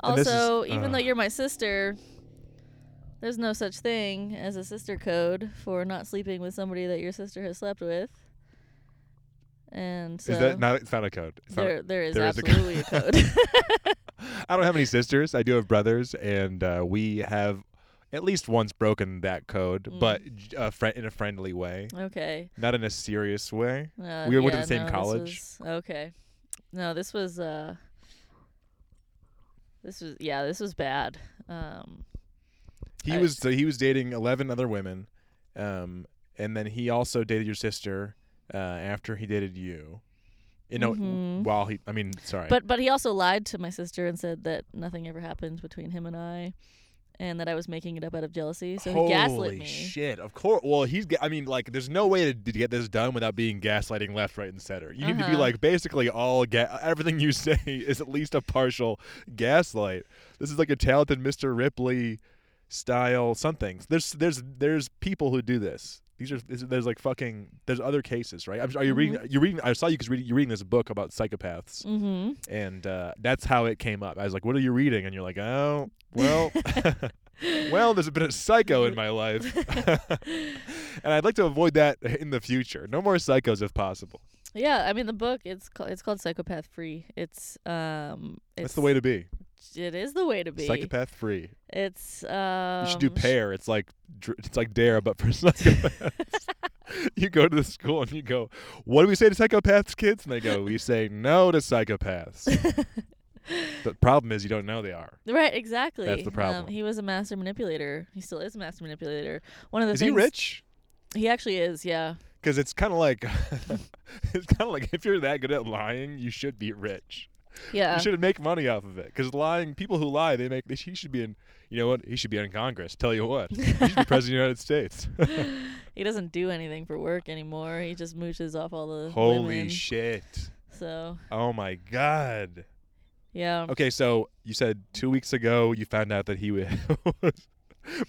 Speaker 1: And this is- uh,
Speaker 3: Also, even though
Speaker 1: ugh.
Speaker 3: you're my sister, there's no such thing as a sister code for not sleeping with somebody that your sister has slept with. And so
Speaker 1: is that not? It's not a code. It's not
Speaker 3: there, there is
Speaker 1: there is a code. *laughs*
Speaker 3: absolutely a code. *laughs*
Speaker 1: I don't have any sisters. I do have brothers, and uh, we have at least once broken that code,
Speaker 3: Mm.
Speaker 1: but j- a friend in a friendly way,
Speaker 3: okay.
Speaker 1: not in a serious way.
Speaker 3: Uh,
Speaker 1: We went to the same
Speaker 3: this
Speaker 1: college.
Speaker 3: was- okay. No, this was uh this was yeah, this was bad. Um
Speaker 1: He
Speaker 3: I-
Speaker 1: was so he was dating eleven other women, um, and then he also dated your sister uh, after he dated you. You know,
Speaker 3: Mhm.
Speaker 1: while he, I mean, sorry,
Speaker 3: but but he also lied to my sister and said that nothing ever happened between him and I and that I was making it up out of jealousy. So he gaslit
Speaker 1: Holy
Speaker 3: me.
Speaker 1: shit! Of course. Well, he's. ga- I mean, like, there's no way to, d- to get this done without being gaslighting left, right, and center. You need to be
Speaker 3: Uh-huh.
Speaker 1: like basically all. Ga- everything you *laughs* say is at least a partial gaslight. This is like a talented Mr. Ripley style something. There's there's there's people who do this. These are this- there's like fucking there's other cases, right? I'm, are you reading? You're reading. I saw you because reading, you're reading this book about psychopaths,
Speaker 3: Mm-hmm. *laughs*
Speaker 1: and uh, that's how it came up. I was like, "What are you reading?" And you're like, "Oh, well." *laughs* well, there's been a psycho in my
Speaker 3: *laughs*
Speaker 1: life, and I'd like to avoid that in the future. No more psychos if possible.
Speaker 3: yeah, I mean the book it's called it's called Psychopath Free. It's um it's
Speaker 1: That's the way to be.
Speaker 3: it is the way to be.
Speaker 1: Psychopath free.
Speaker 3: It's um
Speaker 1: You should do pair. It's like dr- it's like dare, but for *laughs* psychopaths. *laughs* you go to the school and you go, "What do we say to psychopaths, kids?" And they go, "We say no to
Speaker 3: *laughs*
Speaker 1: psychopaths." the problem is you don't know they are.
Speaker 3: Right, exactly. Um,
Speaker 1: problem.
Speaker 3: he was a master manipulator. He still is a master manipulator. One of the
Speaker 1: Is he
Speaker 3: things,
Speaker 1: rich?
Speaker 3: He actually is. Yeah.
Speaker 1: Because it's kind of like *laughs* it's kind of like if you're that good at lying, you should be rich.
Speaker 3: Yeah.
Speaker 1: you should make money off of it. Because lying, people who lie, they make. They, sh- he should be in. You know what? He should be in Congress. Tell you what, he should
Speaker 3: *laughs*
Speaker 1: be president of the United States.
Speaker 3: he doesn't do anything for work anymore. He just mooches off all the
Speaker 1: Holy
Speaker 3: women.
Speaker 1: shit!
Speaker 3: So
Speaker 1: Oh my god.
Speaker 3: yeah,
Speaker 1: Okay, so you said two weeks ago you found out that he *laughs* was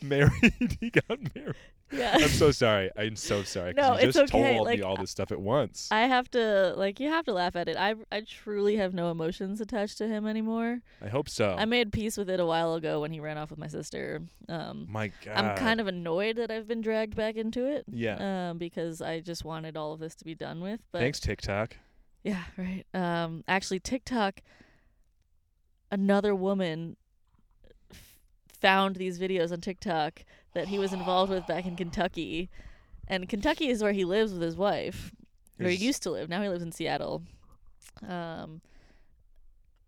Speaker 1: married. *laughs* he got married.
Speaker 3: *laughs* yeah.
Speaker 1: I'm so sorry. I'm so sorry. 'cause
Speaker 3: No,
Speaker 1: you
Speaker 3: it's
Speaker 1: just
Speaker 3: okay,
Speaker 1: told
Speaker 3: like,
Speaker 1: me all this stuff at once.
Speaker 3: I have to like you have to laugh at it. I I truly have no emotions attached to him anymore.
Speaker 1: I hope so.
Speaker 3: I made peace with it a while ago when he ran off with my sister. Um,
Speaker 1: my god.
Speaker 3: I'm kind of annoyed that I've been dragged back into it.
Speaker 1: Yeah.
Speaker 3: Um, because I just wanted all of this to be done with. But
Speaker 1: Thanks TikTok.
Speaker 3: Yeah, *laughs* right. Um, actually, TikTok, another woman f- found these videos on TikTok that he was involved with back in Kentucky. And Kentucky is where he lives with his wife, or he
Speaker 1: He's-
Speaker 3: used to live. Now he lives in Seattle. Um,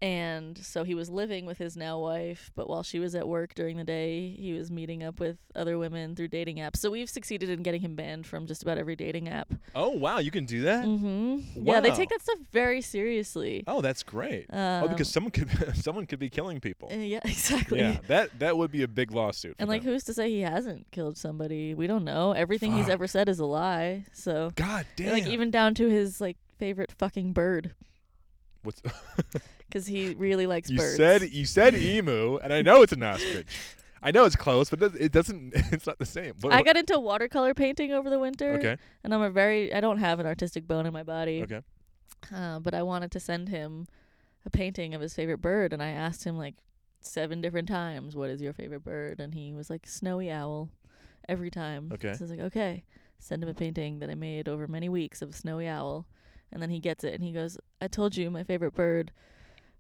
Speaker 3: and so he was living with his now wife, but while she was at work during the day, he was meeting up with other women through dating apps. So we've succeeded in getting him banned from just about every dating app.
Speaker 1: Oh wow, you can do that.
Speaker 3: hmm Yeah, they take
Speaker 1: Wow.
Speaker 3: that stuff very seriously.
Speaker 1: Oh, that's great.
Speaker 3: Um,
Speaker 1: oh, because someone could someone could be *laughs* killing people.
Speaker 3: uh, yeah, *laughs* exactly.
Speaker 1: Yeah, that that would be a big lawsuit. for
Speaker 3: And like,
Speaker 1: them.
Speaker 3: who's to say he hasn't killed somebody? We don't know. Everything he's
Speaker 1: Fuck.
Speaker 3: ever said is a lie. So,
Speaker 1: God damn.
Speaker 3: like, even down to his like favorite fucking bird,
Speaker 1: What's, *laughs*
Speaker 3: 'cause he really likes
Speaker 1: you
Speaker 3: birds.
Speaker 1: said you
Speaker 3: *laughs*
Speaker 1: said emu, and I know it's an ostrich. I know it's close, but it doesn't. *laughs* It's not the same. What-
Speaker 3: I
Speaker 1: what-
Speaker 3: got into watercolor painting over the winter,
Speaker 1: okay.
Speaker 3: and I'm a very I don't have an artistic bone in my body,
Speaker 1: Okay.
Speaker 3: uh, but I wanted to send him a painting of his favorite bird, and I asked him like seven different times, "What is your favorite bird?" And he was like, "Snowy owl," every time.
Speaker 1: Okay.
Speaker 3: So I was like, "Okay." Send him a painting that I made over many weeks of a snowy owl, and then he gets it, and he goes, "I told you my favorite bird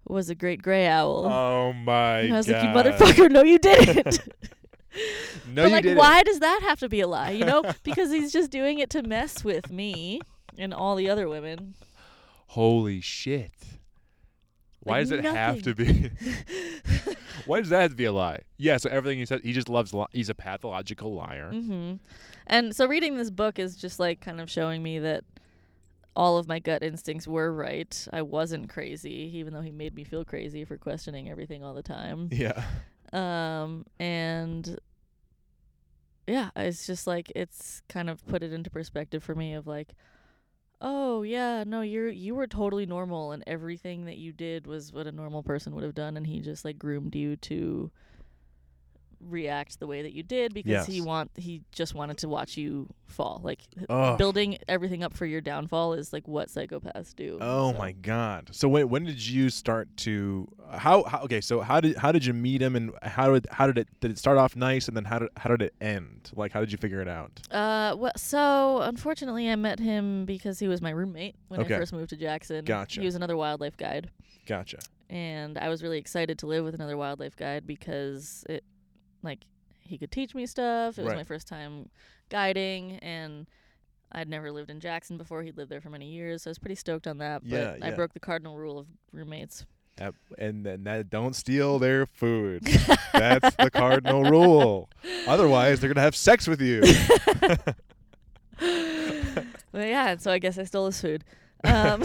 Speaker 3: was a great gray owl."
Speaker 1: Oh my
Speaker 3: and I was
Speaker 1: god!
Speaker 3: like, "You motherfucker! No, you didn't."
Speaker 1: *laughs* No,
Speaker 3: but
Speaker 1: you
Speaker 3: like,
Speaker 1: didn't.
Speaker 3: why does that have to be a lie? You
Speaker 1: *laughs*
Speaker 3: know, because he's just doing it to mess with me and all the other women.
Speaker 1: Holy shit! Why
Speaker 3: Like,
Speaker 1: does it have to be?
Speaker 3: *laughs*
Speaker 1: why does that have to be a lie? Yeah. So everything he said, he just loves. Li- he's a pathological liar.
Speaker 3: hmm And so reading this book is just like kind of showing me that all of my gut instincts were right. I wasn't crazy, even though he made me feel crazy for questioning everything all the time.
Speaker 1: Yeah.
Speaker 3: Um, and yeah, it's just like it's kind of put it into perspective for me of like, oh yeah, no, you're you were totally normal, and everything that you did was what a normal person would have done, and he just like groomed you to react the way that you did because he
Speaker 1: Yes.
Speaker 3: want he just wanted to watch you fall. Like h-
Speaker 1: Ugh.
Speaker 3: building everything up for your downfall is like what psychopaths do.
Speaker 1: Oh
Speaker 3: so.
Speaker 1: my god! So when when did you start to how, how? Okay, so how did how did you meet him, and how did how did it did it start off nice, and then how did how did it end? Like how did you figure it out?
Speaker 3: Uh, well, so unfortunately, I met him because he was my roommate when
Speaker 1: Okay.
Speaker 3: I first moved to Jackson.
Speaker 1: Gotcha.
Speaker 3: He was another wildlife guide,
Speaker 1: Gotcha.
Speaker 3: and I was really excited to live with another wildlife guide because it, like, he could teach me stuff. It was
Speaker 1: Right.
Speaker 3: my first time guiding, and I'd never lived in Jackson before. He'd lived there for many years, so I was pretty stoked on that. But
Speaker 1: Yeah,
Speaker 3: I
Speaker 1: yeah.
Speaker 3: broke the cardinal rule of roommates.
Speaker 1: Yep, and then that don't steal their food. That's
Speaker 3: *laughs*
Speaker 1: the cardinal rule. Otherwise, they're gonna have sex with you.
Speaker 3: *laughs* But yeah, and so I guess I stole
Speaker 1: *laughs*
Speaker 3: his food. Um,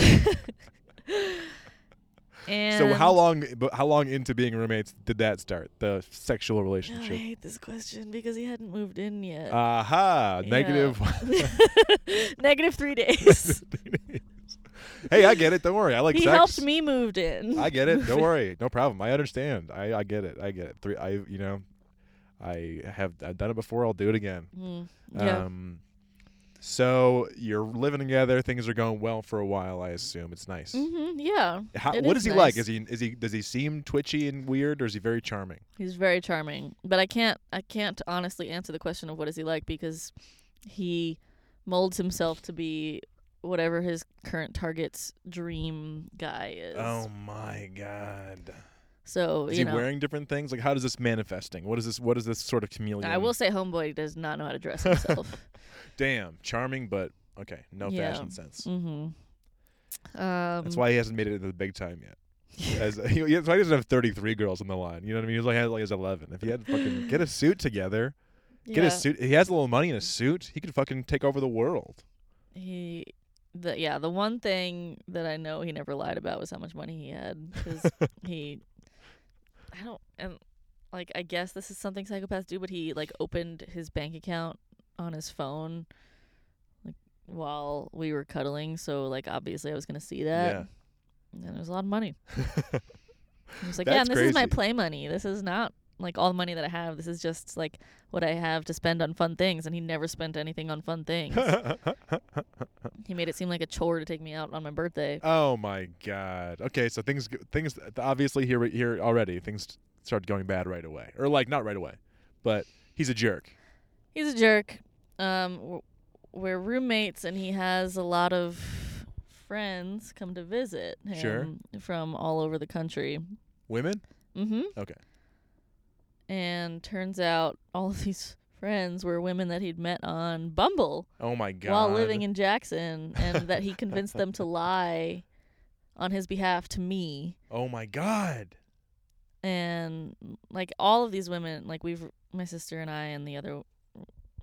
Speaker 3: *laughs* and
Speaker 1: so
Speaker 3: *sighs*
Speaker 1: how long? But how long into being roommates did that start? The sexual
Speaker 3: Oh, I
Speaker 1: relationship. Uh,
Speaker 3: hate this question because he hadn't moved in yet.
Speaker 1: Aha!
Speaker 3: Yeah.
Speaker 1: Negative.
Speaker 3: *laughs* Negative three days.
Speaker 1: *laughs* hey, I get it. Don't worry. I like
Speaker 3: he
Speaker 1: sex.
Speaker 3: helped me moved in.
Speaker 1: I get it. Don't worry.
Speaker 3: *laughs*
Speaker 1: No problem. I understand. I, I get it. I get it. Three. I you know, I have I've done it before. I'll do it again.
Speaker 3: Mm, yeah.
Speaker 1: Um, So you're living together. Things are going well for a while. I assume it's nice.
Speaker 3: hmm yeah.
Speaker 1: How,
Speaker 3: it
Speaker 1: what is,
Speaker 3: is
Speaker 1: he like?
Speaker 3: nice.
Speaker 1: Is he is he does he seem twitchy and weird, or is he very charming?
Speaker 3: He's very charming, but I can't I can't honestly answer the question of what is he like because he molds himself to be whatever his current target's dream guy is.
Speaker 1: Oh my god!
Speaker 3: so
Speaker 1: Is
Speaker 3: you
Speaker 1: he
Speaker 3: know,
Speaker 1: wearing different things? Like how does this manifesting? What is this? What is this sort of chameleon?
Speaker 3: I will say, homeboy does not know how to dress himself.
Speaker 1: *laughs* Damn, charming, but okay, no
Speaker 3: Yeah.
Speaker 1: fashion sense.
Speaker 3: hmm Um,
Speaker 1: That's why he hasn't made it into the big time
Speaker 3: *laughs*
Speaker 1: yet. As, *laughs* he, uh, that's why he doesn't have 33 girls on the line. You know what I mean? He was like, had like his 11. If he had fucking get a suit together, get
Speaker 3: yeah,
Speaker 1: a suit. He has a little money in a suit. He could fucking take over the world.
Speaker 3: He, the yeah, the one thing that I know he never lied about was how much money he had because he, I don't and like I guess this is something psychopaths do, but he like opened his bank account on his phone, like while we were cuddling. So like obviously I was gonna see that.
Speaker 1: yeah.
Speaker 3: And there was a lot
Speaker 1: *laughs*
Speaker 3: of money. I was like, yeah,
Speaker 1: That's
Speaker 3: and this is my
Speaker 1: crazy.
Speaker 3: play money. This is not like all the money that I have. This is just like what I have to spend on fun things. And he never spent anything on
Speaker 1: *laughs*
Speaker 3: fun things. he made it seem like a chore to take me out on my birthday.
Speaker 1: oh my god. Okay, so things go- things obviously here here already things start going bad right away, or like not right away, but he's a jerk.
Speaker 3: He's a jerk. Um, w- we're roommates, and he has a lot of friends come to visit him
Speaker 1: Sure.
Speaker 3: from all over the country.
Speaker 1: Women?
Speaker 3: Mm-hmm.
Speaker 1: Okay.
Speaker 3: And turns out all of these friends were women that he'd met on Bumble.
Speaker 1: Oh my god.
Speaker 3: while living in Jackson, and that he convinced them to lie on his behalf to me.
Speaker 1: Oh my god.
Speaker 3: And like all of these women, like we've my sister and I and the other w-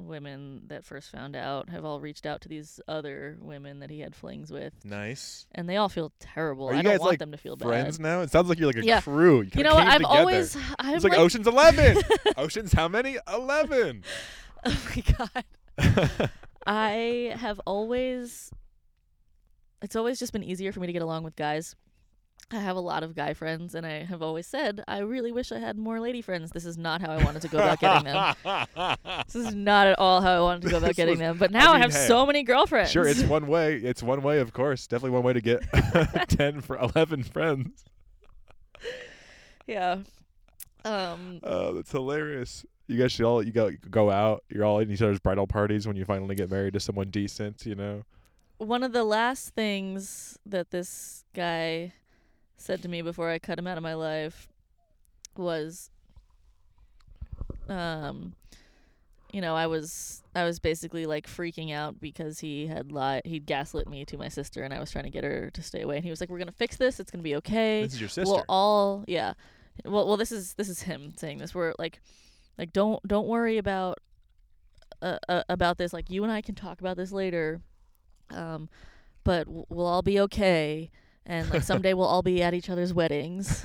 Speaker 3: women that first found out have all reached out to these other women that he had flings with,
Speaker 1: Nice.
Speaker 3: and they all feel terrible.
Speaker 1: Are
Speaker 3: I
Speaker 1: you
Speaker 3: don't
Speaker 1: guys,
Speaker 3: want
Speaker 1: like,
Speaker 3: them to feel
Speaker 1: Friends
Speaker 3: bad.
Speaker 1: now? It sounds like you're like a
Speaker 3: Yeah.
Speaker 1: crew. You,
Speaker 3: You
Speaker 1: kinda
Speaker 3: know, what?
Speaker 1: came
Speaker 3: I've
Speaker 1: together.
Speaker 3: always I'm
Speaker 1: It's like, Ocean's Eleven. Ocean's how many? Eleven.
Speaker 3: *laughs* oh my god. I have always it's always just been easier for me to get along with guys. I have a lot of guy friends and I have always said I really wish I had more lady friends. This is not how I wanted to go about getting them.
Speaker 1: *laughs*
Speaker 3: This is not at all how I wanted to go about
Speaker 1: This
Speaker 3: getting
Speaker 1: was-
Speaker 3: them. But now I,
Speaker 1: mean,
Speaker 3: have
Speaker 1: hey,
Speaker 3: so many girlfriends.
Speaker 1: sure,
Speaker 3: *laughs*
Speaker 1: it's one way. It's one way, of course. Definitely one way to get *laughs* ten for eleven friends.
Speaker 3: yeah. Um
Speaker 1: Oh, that's hilarious. You guys should all you go go out. You're all in each other's bridal parties when you finally get married to someone decent. You know.
Speaker 3: one of the last things that this guy said to me before I cut him out of my life was um you know, I was I was basically like freaking out because he had lied he'd gaslit me to my sister and I was trying to get her to stay away and he was like we're going to fix this. It's going to be okay.
Speaker 1: This is your sister.
Speaker 3: We'll all yeah. Well, well, this is this is him saying this. We're like, like don't don't worry about uh, uh about this. Like you and I can talk about this later. Um, but w- we'll all be okay, and like someday we'll all be at each
Speaker 1: *laughs*
Speaker 3: other's weddings.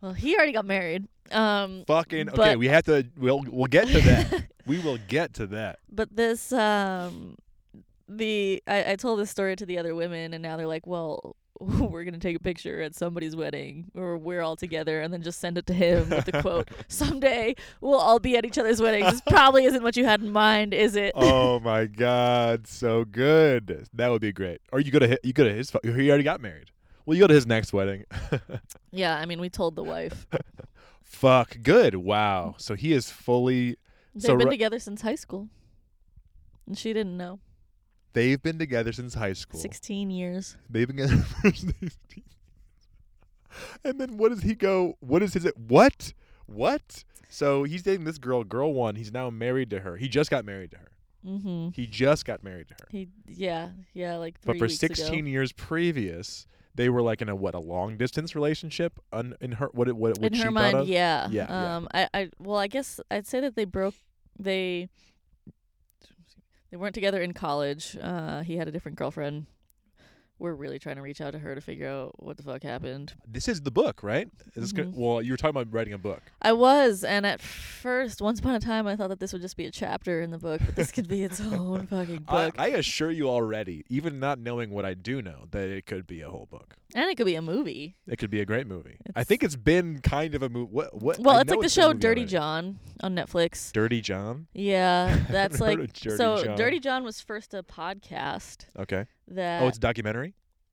Speaker 3: well, he already got married. Um,
Speaker 1: Fucking okay.
Speaker 3: But-
Speaker 1: We have to. We'll we'll get to that.
Speaker 3: *laughs*
Speaker 1: we will get to that.
Speaker 3: but this um the I, I told this story to the other women and now they're like well *laughs* we're gonna take a picture at somebody's wedding or we're all together and then just send it to him with the
Speaker 1: *laughs*
Speaker 3: quote someday we'll all be at each other's weddings this probably isn't what you had in mind is it
Speaker 1: Oh my god, so good. That would be great. Or you go to his, you go to his. fu- He already got married. Well, you go to his next wedding.
Speaker 3: yeah i mean we told
Speaker 1: *laughs*
Speaker 3: the wife
Speaker 1: Fuck, good. Wow. So he is fully.
Speaker 3: they've
Speaker 1: So
Speaker 3: been
Speaker 1: ri-
Speaker 3: together since high school and she didn't know
Speaker 1: They've been together since high school.
Speaker 3: 16 years
Speaker 1: They've been together *laughs* for 16. And then what does he go? What is his? What? What? So he's dating this girl, girl one. He's now married to her. He just got married to her.
Speaker 3: mm-hmm
Speaker 1: He just got married to her.
Speaker 3: he yeah yeah like
Speaker 1: But
Speaker 3: three
Speaker 1: for
Speaker 3: weeks
Speaker 1: 16
Speaker 3: ago.
Speaker 1: years previous, they were like in a what? A long distance relationship? Un, in her what? it- What? What
Speaker 3: in
Speaker 1: she
Speaker 3: her
Speaker 1: thought
Speaker 3: mind,
Speaker 1: of?
Speaker 3: yeah.
Speaker 1: Yeah, yeah.
Speaker 3: Um, I, I, well, I guess I'd say that they broke. They, they weren't together in college. Uh, he had a different girlfriend. we're really trying to reach out to her to figure out what the fuck happened.
Speaker 1: This is the book, right? This is gonna,
Speaker 3: Mhm.
Speaker 1: well, you were talking about writing a book.
Speaker 3: I was, and at first, once upon a time, I thought that this would just be a chapter in the book, but this could
Speaker 1: *laughs*
Speaker 3: be its *laughs* own fucking
Speaker 1: I,
Speaker 3: book,
Speaker 1: I assure you already, even not knowing what I do know, that it could be a whole book.
Speaker 3: and it could be a movie.
Speaker 1: It could be a great movie. I
Speaker 3: It's-
Speaker 1: think it's been kind of a movie. What? What?
Speaker 3: Well,
Speaker 1: I
Speaker 3: it's like
Speaker 1: know been
Speaker 3: the
Speaker 1: a
Speaker 3: show
Speaker 1: movie
Speaker 3: Dirty
Speaker 1: already.
Speaker 3: John on
Speaker 1: *laughs*
Speaker 3: Netflix.
Speaker 1: Dirty John.
Speaker 3: Yeah, that's
Speaker 1: Heard
Speaker 3: like
Speaker 1: of Dirty
Speaker 3: so.
Speaker 1: John.
Speaker 3: Dirty John was first a podcast
Speaker 1: Okay.
Speaker 3: that
Speaker 1: oh, it's a documentary.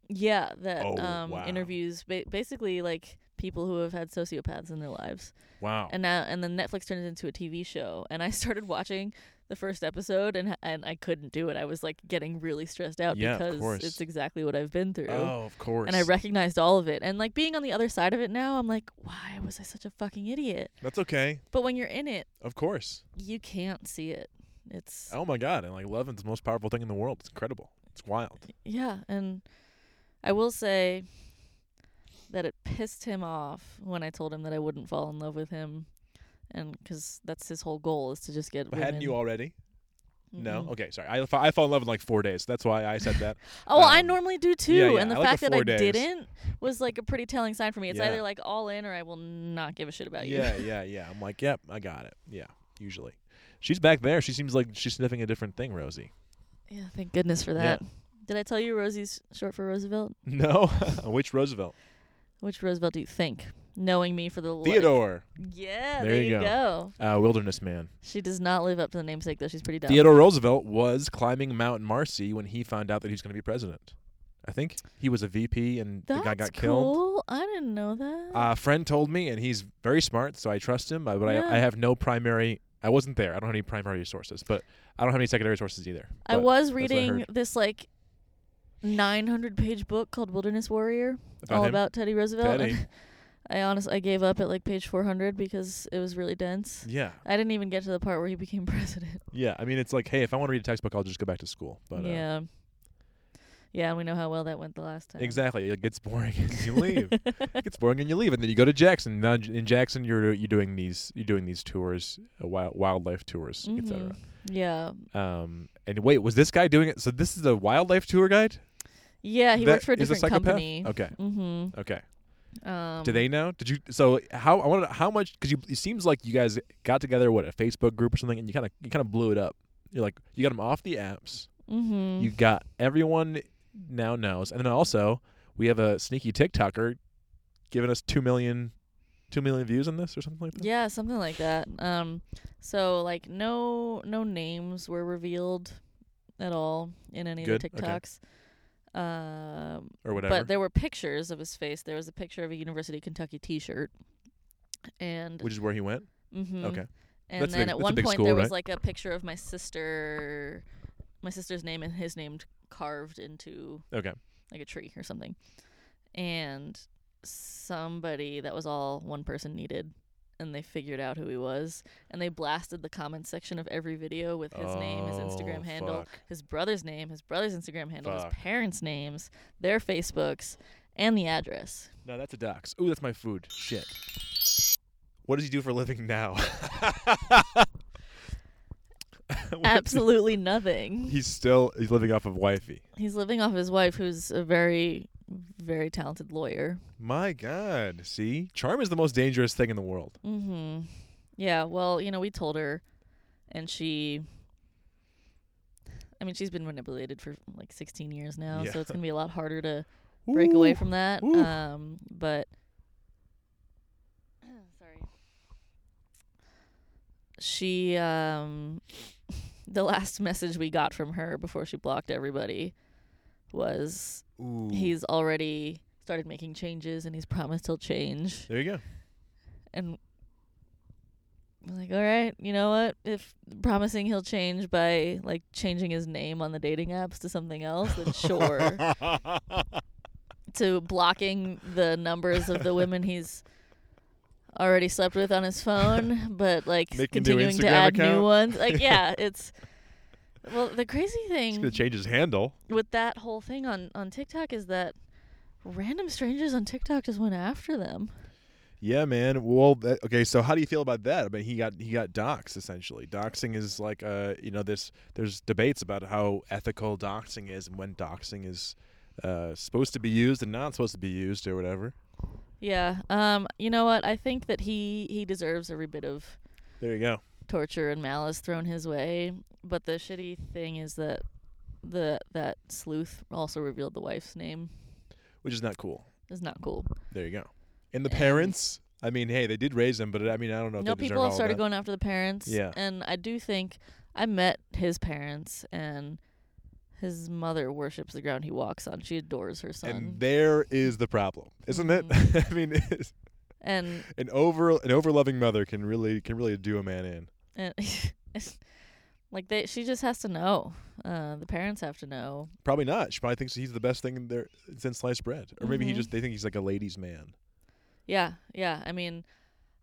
Speaker 3: yeah that
Speaker 1: Oh,
Speaker 3: um
Speaker 1: wow.
Speaker 3: interviews ba- basically like people who have had sociopaths in their lives,
Speaker 1: Wow.
Speaker 3: and now and then Netflix turned it into a TV show, and I *laughs* started watching the first episode and and I couldn't do it. I was like getting really stressed out
Speaker 1: Yeah, of
Speaker 3: because
Speaker 1: course.
Speaker 3: it's exactly what I've been through.
Speaker 1: oh, of course.
Speaker 3: And I recognized all of it. And like being on the other side of it now, I'm like, why was I such a fucking idiot?
Speaker 1: That's okay.
Speaker 3: But when you're in it,
Speaker 1: Of course.
Speaker 3: you can't see it. It's
Speaker 1: Oh my God! And like Levin's the most powerful thing in the world. It's incredible. It's wild.
Speaker 3: yeah, and I will say that it pissed him off when I told him that I wouldn't fall in love with him, and 'cause that's his whole goal is to just get.
Speaker 1: But hadn't
Speaker 3: women. Mm-hmm.
Speaker 1: you already? No. Oh,
Speaker 3: Mm-mm.
Speaker 1: Okay. Sorry. I, fa- I fell in love in like four days. That's why I said that.
Speaker 3: Oh, well, I
Speaker 1: Um,
Speaker 3: normally do too,
Speaker 1: yeah,
Speaker 3: and
Speaker 1: yeah,
Speaker 3: the
Speaker 1: I like
Speaker 3: fact
Speaker 1: the
Speaker 3: that I
Speaker 1: four days.
Speaker 3: didn't was like a pretty telling sign for me. It's
Speaker 1: Yeah.
Speaker 3: either like all in or I will not give a shit about you.
Speaker 1: yeah. Yeah. Yeah. I'm like, yep. I got it. Yeah. Usually. She's back there. She seems like she's sniffing a different thing, Rosie.
Speaker 3: *laughs* Yeah, thank goodness for
Speaker 1: Yeah.
Speaker 3: that. Did I tell you Rosie's short for Roosevelt?
Speaker 1: *laughs* No. *laughs* Which Roosevelt?
Speaker 3: Which Roosevelt do you think? Knowing me for the life-
Speaker 1: Theodore.
Speaker 3: Yeah,
Speaker 1: There
Speaker 3: there,
Speaker 1: you
Speaker 3: you
Speaker 1: go.
Speaker 3: go.
Speaker 1: Uh, wilderness man.
Speaker 3: She does not live up to the namesake though. She's pretty dumb.
Speaker 1: Theodore Roosevelt was climbing Mount Marcy when he found out that he was going to be president. I think he was a VP and
Speaker 3: That's
Speaker 1: the guy got killed. Uh,
Speaker 3: cool. I didn't know that.
Speaker 1: A friend told me, and he's very smart, so I trust him. I, but
Speaker 3: Yeah.
Speaker 1: I, I have no primary. I wasn't there. I don't have any primary sources, but I don't have any secondary sources either.
Speaker 3: I
Speaker 1: But-
Speaker 3: was
Speaker 1: what I
Speaker 3: reading
Speaker 1: heard.
Speaker 3: this like 900 page book called Wilderness Warrior,
Speaker 1: About
Speaker 3: all
Speaker 1: him?
Speaker 3: about Teddy Roosevelt.
Speaker 1: Teddy.
Speaker 3: and I honestly I gave up at like page 400 because it was really dense.
Speaker 1: Yeah,
Speaker 3: I didn't even get to the part where he became *laughs* president.
Speaker 1: yeah. I mean, it's like, hey, if I want to read a textbook, I'll just go back to school. But uh,
Speaker 3: yeah. Yeah, and we know how well that went the last time.
Speaker 1: exactly, it gets boring and
Speaker 3: *laughs*
Speaker 1: you leave. it gets boring and you leave, and then you go to Jackson. Now in Jackson, you're you're doing these you're doing these tours, uh, wild, wildlife tours, et cetera.
Speaker 3: Mhm. Yeah.
Speaker 1: Um, and wait, was this guy doing it? So this is a wildlife tour guide.
Speaker 3: Yeah, he
Speaker 1: That
Speaker 3: worked for a
Speaker 1: is
Speaker 3: different
Speaker 1: psychopath?
Speaker 3: company.
Speaker 1: Okay,
Speaker 3: Mm-hmm.
Speaker 1: okay.
Speaker 3: Um,
Speaker 1: Do they know? Did you? So how? I want to. How much? Because you. It seems like you guys got together what a Facebook group or something, and you kind of you kind of blew it up. You're like you got them off the apps.
Speaker 3: Mm-hmm.
Speaker 1: You got everyone now knows, and then also we have a sneaky TikToker giving us two million, two million views on this or something like that.
Speaker 3: yeah, something like that. Um, so like no no names were revealed at all in any of the
Speaker 1: Good, okay.
Speaker 3: TikToks. Um,
Speaker 1: Or whatever.
Speaker 3: but there were pictures of his face. There was a picture of a University of Kentucky T-shirt, and
Speaker 1: Which is where he went.
Speaker 3: hmm
Speaker 1: Okay.
Speaker 3: And
Speaker 1: That's a big-
Speaker 3: then at
Speaker 1: that's a
Speaker 3: one
Speaker 1: big
Speaker 3: point
Speaker 1: school,
Speaker 3: there was
Speaker 1: right?
Speaker 3: like a picture of my sister, my sister's name and his name t- carved into
Speaker 1: Okay.
Speaker 3: like a tree or something. And somebody that was all one person needed and they figured out who he was and they blasted the comment section of every video with his name, his
Speaker 1: Oh,
Speaker 3: Instagram handle,
Speaker 1: fuck.
Speaker 3: his brother's name, his brother's Instagram handle,
Speaker 1: Fuck.
Speaker 3: his parents' names, their Facebooks, and
Speaker 1: *laughs*
Speaker 3: the address.
Speaker 1: No, that's a dox. Ooh, that's my food. Shit. What does he do for a living now? *laughs*
Speaker 3: Absolutely nothing.
Speaker 1: he's still he's living off of wifey.
Speaker 3: He's living off his wife who's a very very talented lawyer.
Speaker 1: My God. See? Charm is the most dangerous thing in the world.
Speaker 3: Mhm. Yeah, well, you know, we told her and she I mean, she's been manipulated for like 16 years now,
Speaker 1: Yeah.
Speaker 3: so it's going to be a lot harder to break
Speaker 1: *laughs*
Speaker 3: away
Speaker 1: Ooh.
Speaker 3: from that.
Speaker 1: Ooh.
Speaker 3: Um, but sorry. She um *laughs* the last message we got from her before she blocked everybody was
Speaker 1: Ooh.
Speaker 3: he's already started making changes and he's promised he'll change
Speaker 1: There you go.
Speaker 3: and I'm like, all right, you know what? If promising he'll change by like changing his name on the dating apps to something else, then sure. to blocking the numbers of the women he's already slept with on his phone, but like
Speaker 1: Make a new
Speaker 3: continuing to
Speaker 1: Instagram
Speaker 3: add
Speaker 1: account.
Speaker 3: new ones.
Speaker 1: *laughs*
Speaker 3: Like, yeah, it's well, the crazy
Speaker 1: *laughs* He's gonna
Speaker 3: thing
Speaker 1: change his handle.
Speaker 3: with that whole thing on on TikTok is that random strangers on TikTok just went after them.
Speaker 1: Yeah, man. Well, that, okay. So, how do you feel about that? I mean, he got he got doxxed essentially. Doxing is like, uh, you know, this. There's debates about how ethical doxing is and when doxing is uh, supposed to be used and not supposed to be used or whatever.
Speaker 3: Yeah. Um. You know what? I think that he he deserves every bit of
Speaker 1: There you go.
Speaker 3: torture and malice thrown his way. But the shitty thing is that the that sleuth also revealed the wife's name.
Speaker 1: Which is not cool.
Speaker 3: It's not cool.
Speaker 1: There you go. And the
Speaker 3: And-
Speaker 1: parents. I mean, hey, they did raise them, but I mean, I don't know. If they
Speaker 3: no
Speaker 1: deserve
Speaker 3: people have
Speaker 1: all
Speaker 3: started
Speaker 1: that.
Speaker 3: going after the parents.
Speaker 1: Yeah.
Speaker 3: And I do think I met his parents and his mother worships the ground he walks on. She adores her son.
Speaker 1: And there is the problem, isn't it?
Speaker 3: Mm-hmm.
Speaker 1: *laughs* I mean, it's-
Speaker 3: And
Speaker 1: an over an overloving mother can really can really do a man in.
Speaker 3: and *laughs* like they she just has to know. Uh the parents have to know.
Speaker 1: Probably not. She probably thinks he's the best thing in there since sliced bread, or maybe
Speaker 3: Mhm.
Speaker 1: he just they think he's like a ladies' man.
Speaker 3: Yeah, yeah. I mean,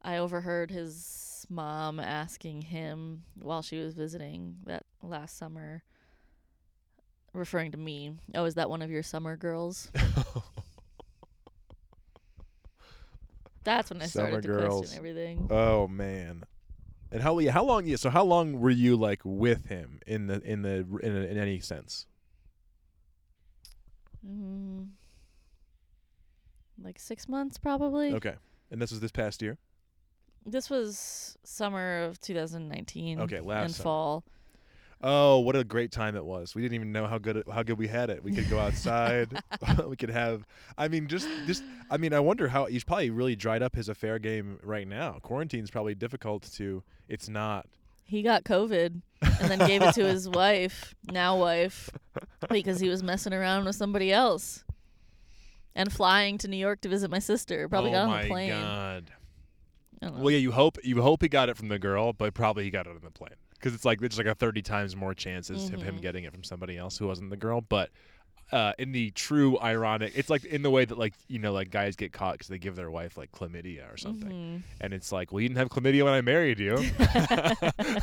Speaker 3: I overheard his mom asking him while she was visiting that last summer, referring to me. Oh, is that one of your
Speaker 1: *laughs*
Speaker 3: summer girls? That's when I
Speaker 1: Summer
Speaker 3: started to
Speaker 1: girls.
Speaker 3: question everything.
Speaker 1: oh man. And how how long? Yeah. So how long were you like with him in the in the in, in any sense?
Speaker 3: Mm, like six months, probably.
Speaker 1: Okay. And this was this past year.
Speaker 3: This was summer of 2019.
Speaker 1: Okay, last
Speaker 3: and
Speaker 1: summer.
Speaker 3: fall.
Speaker 1: Oh, what a great time it was! We didn't even know how good it, how good we had it. We could go outside. *laughs* we could have. I mean, just just. I mean, I wonder how he's probably really dried up his affair game right now. Quarantine's probably difficult to. It's not.
Speaker 3: He got COVID and then gave it to
Speaker 1: *laughs*
Speaker 3: his wife, now wife, because he was messing around with somebody else and flying to New York to visit my sister. Probably
Speaker 1: oh
Speaker 3: got on
Speaker 1: my
Speaker 3: the plane.
Speaker 1: god.
Speaker 3: I don't know.
Speaker 1: Well, yeah. You hope you hope he got it from the girl, but probably he got it on the plane because it's like there's like a thirty times more chances of him
Speaker 3: Mhm.
Speaker 1: getting it from somebody else who wasn't the girl, but. Uh, in the true ironic, it's like in the way that like you know like guys get caught because they give their wife like chlamydia or something.
Speaker 3: Mhm.
Speaker 1: And it's like, well, you didn't have chlamydia when I married
Speaker 3: *laughs*
Speaker 1: you. *laughs*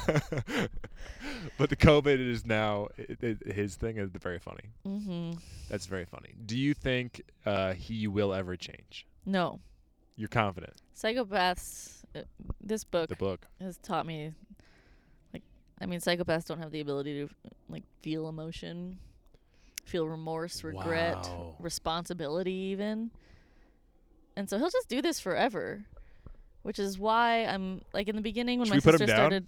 Speaker 1: but the COVID is now it, it, his thing. Is very funny.
Speaker 3: Mhm.
Speaker 1: That's very funny. Do you think uh, he will ever change?
Speaker 3: No.
Speaker 1: You're confident.
Speaker 3: Psychopaths, uh, this book
Speaker 1: The book.
Speaker 3: has taught me, like, I mean, psychopaths don't have the ability to, like, feel emotion, feel remorse, regret,
Speaker 1: Wow.
Speaker 3: responsibility, even. And so he'll just do this forever, which is why I'm, like, in the beginning when
Speaker 1: Should
Speaker 3: my
Speaker 1: we put him
Speaker 3: sister
Speaker 1: down?
Speaker 3: started.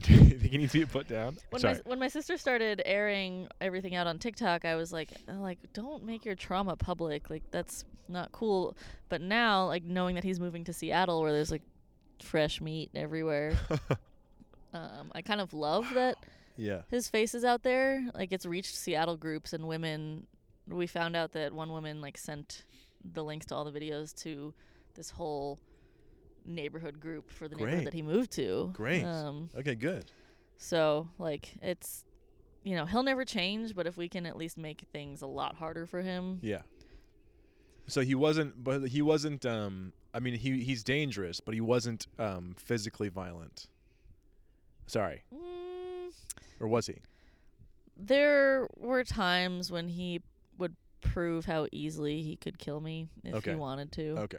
Speaker 1: *laughs* Do you think he needs to be put down?
Speaker 3: When my,
Speaker 1: Sorry.
Speaker 3: s- when my sister started airing everything out on TikTok, I was like, uh, like, don't make your trauma public. Like, that's not cool. But now, like, knowing that he's moving to Seattle, where there's like fresh meat
Speaker 1: *laughs*
Speaker 3: everywhere, um, I kind of love that
Speaker 1: yeah.
Speaker 3: his face is out there. Like, it's reached Seattle groups and women. We found out that one woman like sent the links to all the videos to this whole neighborhood group for the
Speaker 1: Great.
Speaker 3: neighborhood that he moved to.
Speaker 1: Great.
Speaker 3: Um,
Speaker 1: Okay. Good.
Speaker 3: so like it's you know, he'll never change, but if we can at least make things a lot harder for him.
Speaker 1: Yeah. So he wasn't, but he wasn't. Um, I mean, he he's dangerous, but he wasn't um, physically violent. Sorry,
Speaker 3: Mm,
Speaker 1: or was he?
Speaker 3: there were times when he would prove how easily he could kill me if
Speaker 1: Okay.
Speaker 3: he wanted to.
Speaker 1: Okay.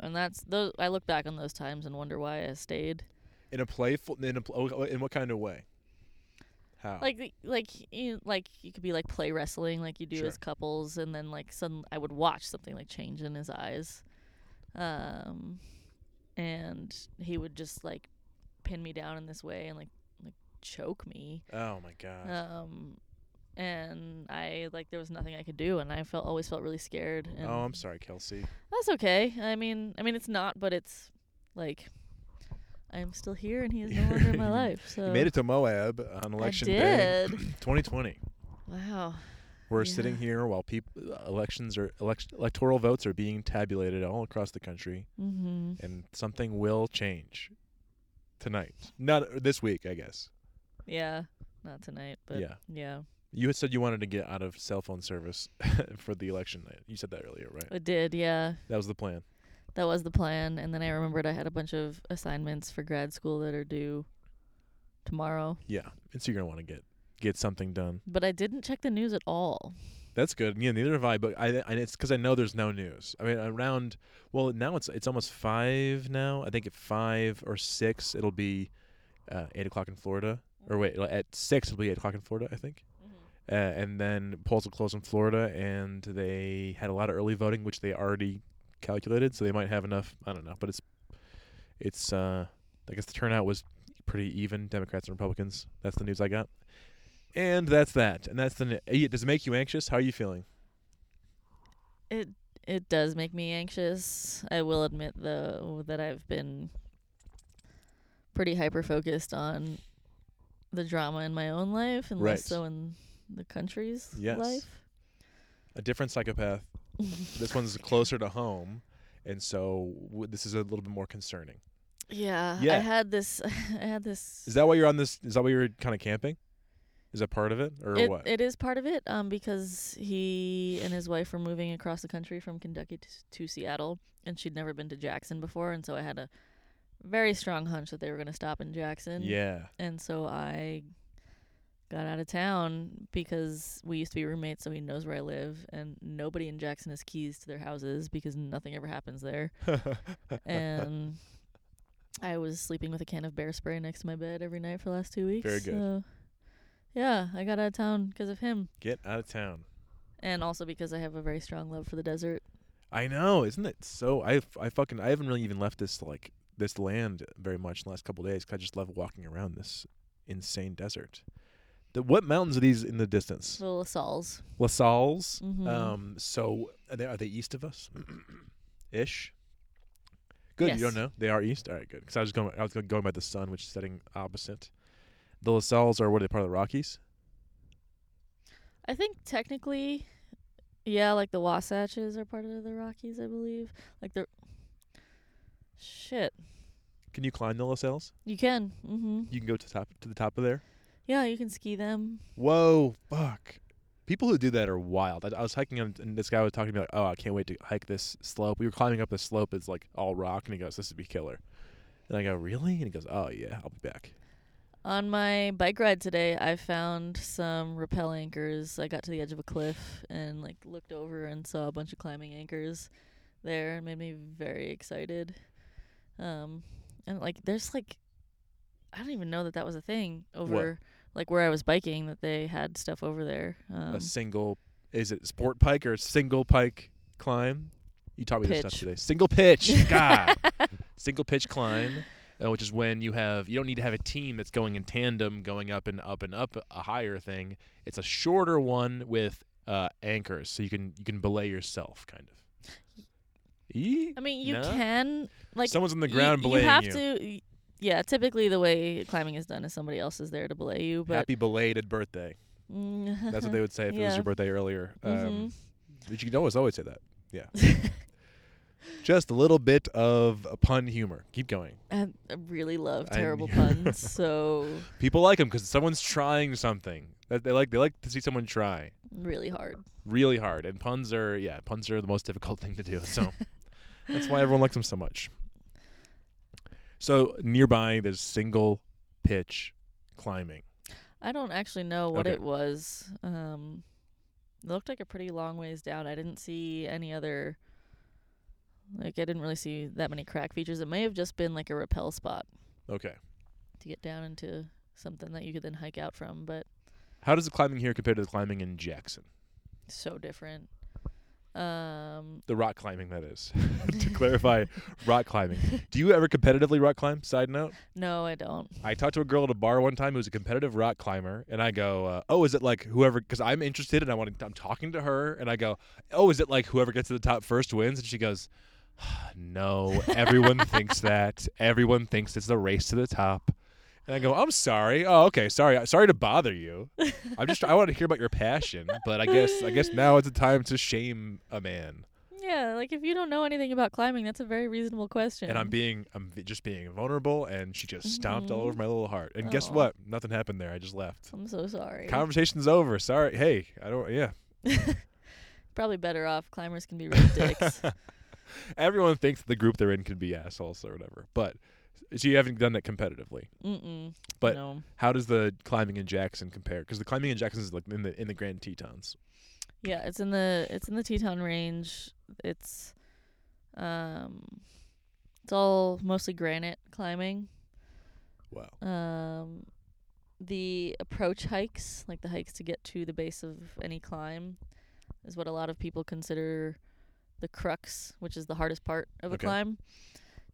Speaker 3: And that's those I look back on those times and wonder why I stayed.
Speaker 1: In a playful, in a pl- oh, in what kind of way? How?
Speaker 3: Like like you like you could be like play wrestling like you do
Speaker 1: Sure.
Speaker 3: as couples and then like suddenly I would watch something like change in his eyes. Um and he would just like pin me down in this way and like like choke me.
Speaker 1: oh my god.
Speaker 3: Um and I like there was nothing I could do and I felt always felt really scared and
Speaker 1: oh, I'm sorry, Kelsey.
Speaker 3: that's okay. I mean I mean it's not but it's like I'm still here and he is no longer
Speaker 1: *laughs*
Speaker 3: in my life. So
Speaker 1: you made it to Moab on election
Speaker 3: Uh, I
Speaker 1: day, *clears throat*
Speaker 3: did.
Speaker 1: 2020.
Speaker 3: wow.
Speaker 1: We're
Speaker 3: Yeah.
Speaker 1: sitting here while people elections are elect- electoral votes are being tabulated all across the country,
Speaker 3: Mhm.
Speaker 1: and something will change tonight. Not or this week, I guess.
Speaker 3: Yeah, not tonight, but yeah.
Speaker 1: Yeah. You had said you wanted to get out of cell phone service *laughs* for the election night. You said that earlier, right?
Speaker 3: it did. Yeah,
Speaker 1: That was the plan.
Speaker 3: that was the plan. And then I remembered I had a bunch of assignments for grad school that are due tomorrow,
Speaker 1: Yeah, and so you're gonna want to get get something done.
Speaker 3: but I didn't check the news at all.
Speaker 1: That's good. Yeah, neither have I. But I, I it's because I know there's no news. I mean, around well now it's it's almost five now. I think at five or six it'll be uh, eight o'clock in Flority, or wait, like, at six it'll be eight o'clock in Florida. I think, Uh, and then polls will close in Florida, and they had a lot of early voting, which they already calculated, so they might have enough. I don't know, but it's it's. Uh, I guess the turnout was pretty even, Democrats and Republicans. That's the news I got, and that's that, and that's the. n- eh, Does it make you anxious? How are you feeling?
Speaker 3: It it does make me anxious. I will admit though that I've been pretty hyper focused on the drama in my own life and
Speaker 1: Right.
Speaker 3: less so in the country's
Speaker 1: Yes.
Speaker 3: life.
Speaker 1: A different psychopath. this one's closer to home, and so w- this is a little bit more concerning.
Speaker 3: *laughs* Yeah, I
Speaker 1: Yeah.
Speaker 3: had this. *laughs* I had this.
Speaker 1: Is that why you're on this? Is that why you're kind of camping? Is that part of it, or
Speaker 3: it,
Speaker 1: what?
Speaker 3: it is part of it um, because he and his wife were moving across the country from Kentucky to, to Seattle, and she'd never been to Jackson before, and so I had a very strong hunch that they were going to stop in Jackson.
Speaker 1: yeah. *laughs*
Speaker 3: And so I got out of town because we used to be roommates, so he knows where I live, and nobody in Jackson has keys to their houses because nothing ever
Speaker 1: *laughs*
Speaker 3: happens there. and I was sleeping with a can of bear spray next to my bed every night for the last two weeks.
Speaker 1: Very good.
Speaker 3: So yeah, I got out of town because of him,
Speaker 1: Get out of town.
Speaker 3: and also because I have a very strong love for the desert.
Speaker 1: I know, isn't it so? I f- I fucking I haven't really even left this like this land very much in the last couple of days 'cause I just love walking around this insane desert. The, what mountains are these in the distance?
Speaker 3: Little Sauls.
Speaker 1: LaSalle's.
Speaker 3: Mhm.
Speaker 1: Um, so are they, are they east of us? *clears throat* Ish. Good, you
Speaker 3: Yes.
Speaker 1: don't know they are east. All right, good. Because I was going, I was go- going by the sun, which is setting opposite. The LaSalle's are what are they part of the Rockies?
Speaker 3: I think technically, yeah, like the Wasatches are part of the Rockies, I believe. Like the shit,
Speaker 1: Can you climb the LaSalle's?
Speaker 3: you can. Mm-hmm.
Speaker 1: You can go to top to the top of there.
Speaker 3: Yeah, you can ski them.
Speaker 1: Whoa, fuck. People who do that are wild. I, I was hiking and, and this guy was talking to me like, oh, I can't wait to hike this slope. We were climbing up the slope. It's like all rock. And he goes, this would be killer. And I go, really? And he goes, oh, yeah, I'll be back.
Speaker 3: On my bike ride today, I found some rappel anchors. I got to the edge of a cliff and like looked over and saw a bunch of climbing anchors there. It made me very excited. Um, and like there's like I don't even know that that was a thing over like where I was biking that they had stuff over there. Um,
Speaker 1: a single, is it sport pike or a single pike climb? You taught me this
Speaker 3: Pitch.
Speaker 1: stuff today. Single pitch.
Speaker 3: *laughs*
Speaker 1: God. single pitch climb. Uh, which is when you have you don't need to have a team that's going in tandem going up and up and up a higher thing it's a shorter one with uh, anchors so you can you can belay yourself kind of Eee?
Speaker 3: I mean, you
Speaker 1: No?
Speaker 3: can like
Speaker 1: someone's on the
Speaker 3: y-
Speaker 1: ground
Speaker 3: you,
Speaker 1: belaying
Speaker 3: have
Speaker 1: you
Speaker 3: to. y- Yeah, typically the way climbing is done is somebody else is there to belay you, but mm.
Speaker 1: happy belated birthday that's what
Speaker 3: *laughs*
Speaker 1: they would say if it was
Speaker 3: Yeah.
Speaker 1: your birthday earlier
Speaker 3: Mhm.
Speaker 1: um, but you can always always say that yeah just a little bit of a pun humor keep going
Speaker 3: I I really love
Speaker 1: I
Speaker 3: terrible
Speaker 1: knew- *laughs*
Speaker 3: puns, so
Speaker 1: people like them because someone's trying something That they like they like to see someone try
Speaker 3: really hard.
Speaker 1: really hard. And puns are yeah, puns are the most difficult thing to do. So that's why everyone likes them so much. So nearby, there's single pitch climbing.
Speaker 3: I don't actually know what
Speaker 1: Okay.
Speaker 3: it was. Um, it looked like a pretty long ways down. I didn't see any other. Like I didn't really see that many crack features. It may have just been like a rappel spot
Speaker 1: Okay.
Speaker 3: to get down into something that you could then hike out from, but
Speaker 1: How does the climbing here compare to the climbing in Jackson?
Speaker 3: so different. Um,
Speaker 1: The rock climbing, that is. *laughs* to clarify, rock climbing. Do you ever competitively rock climb? Side note.
Speaker 3: no, I don't.
Speaker 1: I talked to a girl at a bar one time who was a competitive rock climber, and I go, uh, "Oh, is it like whoever?" Because I'm interested, and I want to. I'm talking to her, and I go, "Oh, is it like whoever gets to the top first wins?" And she goes, "Ah, "No, everyone thinks that. Everyone thinks it's the race to the top." And I go, "I'm sorry. Oh, okay, sorry. Sorry to bother you. I'm just. I want to hear about your passion, but I guess I guess now it's a time to shame a man.
Speaker 3: Yeah, like if you don't know anything about climbing, that's a very reasonable question.
Speaker 1: And I'm being, I'm just being vulnerable, and she just stomped all
Speaker 3: Mhm.
Speaker 1: over my little heart. And guess
Speaker 3: Aw.
Speaker 1: what? Nothing happened there. I just left.
Speaker 3: I'm so sorry.
Speaker 1: Conversation's over. Sorry. Hey, I don't. Yeah.
Speaker 3: Probably better off. Climbers can be real
Speaker 1: *laughs*
Speaker 3: dicks.
Speaker 1: Everyone thinks the group they're in can be assholes or whatever, but so you haven't done that competitively.
Speaker 3: Mm-mm.
Speaker 1: But-
Speaker 3: no.
Speaker 1: How does the climbing in Jackson compare? Because the climbing in Jackson is like in the in the Grand Tetons.
Speaker 3: yeah, it's in the it's in the Teton Range. It's um, it's all mostly granite climbing.
Speaker 1: Wow.
Speaker 3: Um, the approach hikes, like the hikes to get to the base of any climb, is what a lot of people consider the crux, which is the hardest part of a
Speaker 1: Okay.
Speaker 3: climb.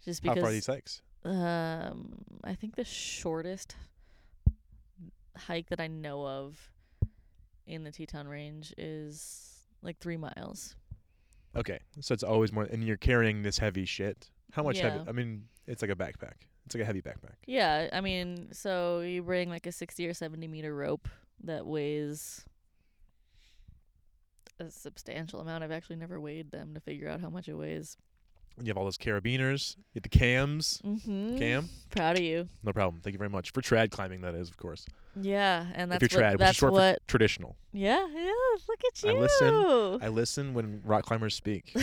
Speaker 3: Just
Speaker 1: How
Speaker 3: because
Speaker 1: far are these hikes?
Speaker 3: um, I think the shortest hike that I know of in the Teton Range is like three miles.
Speaker 1: Okay, so it's always more, and you're carrying this heavy shit. How much
Speaker 3: Yeah.
Speaker 1: heavy? I mean, it's like a backpack. It's like a heavy backpack.
Speaker 3: Yeah, I mean, so you bring like a 60 or 70 meter rope that weighs a substantial amount. I've actually never weighed them to figure out how much it weighs.
Speaker 1: You have all those carabiners, you have the cams.
Speaker 3: Mm-hmm.
Speaker 1: Cam?
Speaker 3: Proud of you.
Speaker 1: No problem. Thank you very much for trad climbing. That is, of course,
Speaker 3: Yeah, and
Speaker 1: If
Speaker 3: that's
Speaker 1: you're trad, which
Speaker 3: what,
Speaker 1: is
Speaker 3: that's
Speaker 1: short for-
Speaker 3: what
Speaker 1: traditional.
Speaker 3: yeah, yeah, look at you.
Speaker 1: I listen. I listen when rock climbers
Speaker 3: *laughs*
Speaker 1: speak,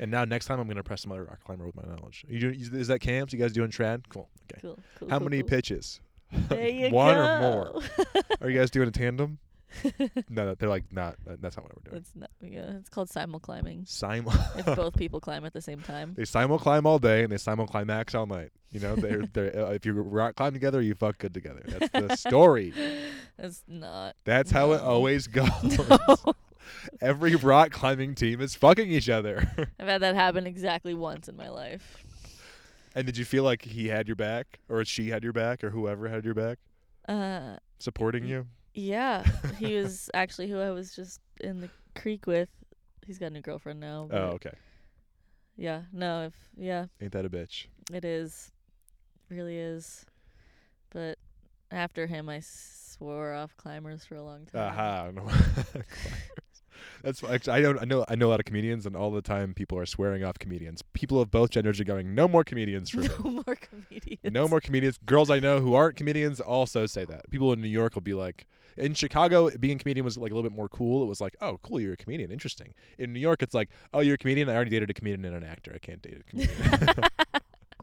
Speaker 1: and now next time I'm gonna press another rock climber with my knowledge. You do, is that cams? You guys doing trad? Cool. Okay.
Speaker 3: cool, cool,
Speaker 1: How
Speaker 3: cool,
Speaker 1: many
Speaker 3: cool.
Speaker 1: pitches? *laughs*
Speaker 3: There you
Speaker 1: One
Speaker 3: go.
Speaker 1: or more? Are
Speaker 3: *laughs*
Speaker 1: you guys doing a tandem? no, they're like not. that- That's not what we're doing.
Speaker 3: It's not. Yeah, it's called simul climbing.
Speaker 1: Simul.
Speaker 3: If both people climb at the same time.
Speaker 1: *laughs* They simul climb all day and they simul climax all night. You know,
Speaker 3: *laughs*
Speaker 1: they're they're uh, if you rock climb together, you fuck good together. That's the story.
Speaker 3: It's not.
Speaker 1: *laughs* That's how it
Speaker 3: *laughs* No.
Speaker 1: always goes.
Speaker 3: No.
Speaker 1: Every rock climbing team is fucking each other. *laughs*
Speaker 3: I've had that happen exactly once in my life.
Speaker 1: and did you feel like he had your back, or she had your back, or whoever had your back,
Speaker 3: Uh,
Speaker 1: supporting you?
Speaker 3: yeah, he
Speaker 1: *laughs*
Speaker 3: was actually who I was just in the creek with. He's got a new girlfriend now.
Speaker 1: Oh,
Speaker 3: but
Speaker 1: okay.
Speaker 3: Yeah. No. If yeah,
Speaker 1: Ain't that a bitch?
Speaker 3: It is. Really is. But after him, I swore off climbers for a long time.
Speaker 1: Aha. Uh-huh. *laughs*
Speaker 3: *laughs*
Speaker 1: That's why actually, I don't. I know. I know a lot of comedians, and all the time people are swearing off comedians. People of both genders are going, no more comedians for me.
Speaker 3: No more comedians.
Speaker 1: No
Speaker 3: *laughs*
Speaker 1: more comedians. Girls I know who aren't comedians also say that. People in New York will be like, in Chicago, being a comedian was like a little bit more cool. It was like, oh, cool, you're a comedian. Interesting. In New York, it's like, oh, you're a comedian. I already dated a comedian and an actor. I can't date a comedian.
Speaker 3: *laughs*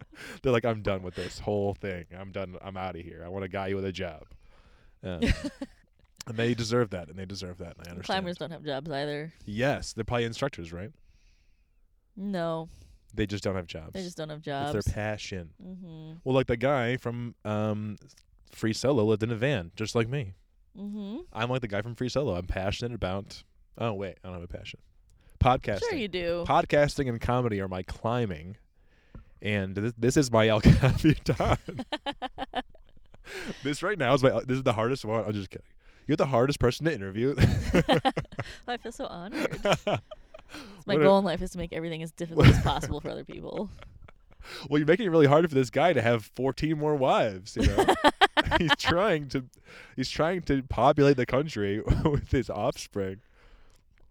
Speaker 1: *laughs* They're like, I'm done with this whole thing. I'm done. I'm out of here. I want a guy with a job.
Speaker 3: *laughs*
Speaker 1: Um, and they deserve that. And they deserve that. And I understand.
Speaker 3: Climbers don't have jobs either.
Speaker 1: Yes. They're probably instructors, right?
Speaker 3: No,
Speaker 1: They just don't have jobs.
Speaker 3: they just don't have
Speaker 1: it's
Speaker 3: jobs.
Speaker 1: their passion.
Speaker 3: mhm.
Speaker 1: Well, like the guy from um, Free Solo lived in a van, just like me.
Speaker 3: Mhm.
Speaker 1: I'm like the guy from Free Solo. I'm passionate about. Oh wait, I don't have a passion. Podcasting.
Speaker 3: Sure you do.
Speaker 1: Podcasting and comedy are my climbing, and this, this is my *laughs* El
Speaker 3: *laughs*
Speaker 1: Capitan. this right now is my. This is the hardest one. I'm just kidding. You're the hardest person to interview. *laughs*
Speaker 3: I feel so honored. It's my
Speaker 1: What a-
Speaker 3: goal in life is to make everything as difficult as possible for
Speaker 1: *laughs*
Speaker 3: other people.
Speaker 1: well, you're making it really hard for this guy to have 14 more wives. You
Speaker 3: *laughs*
Speaker 1: know, he's trying to, he's trying to populate the country *laughs* with his offspring.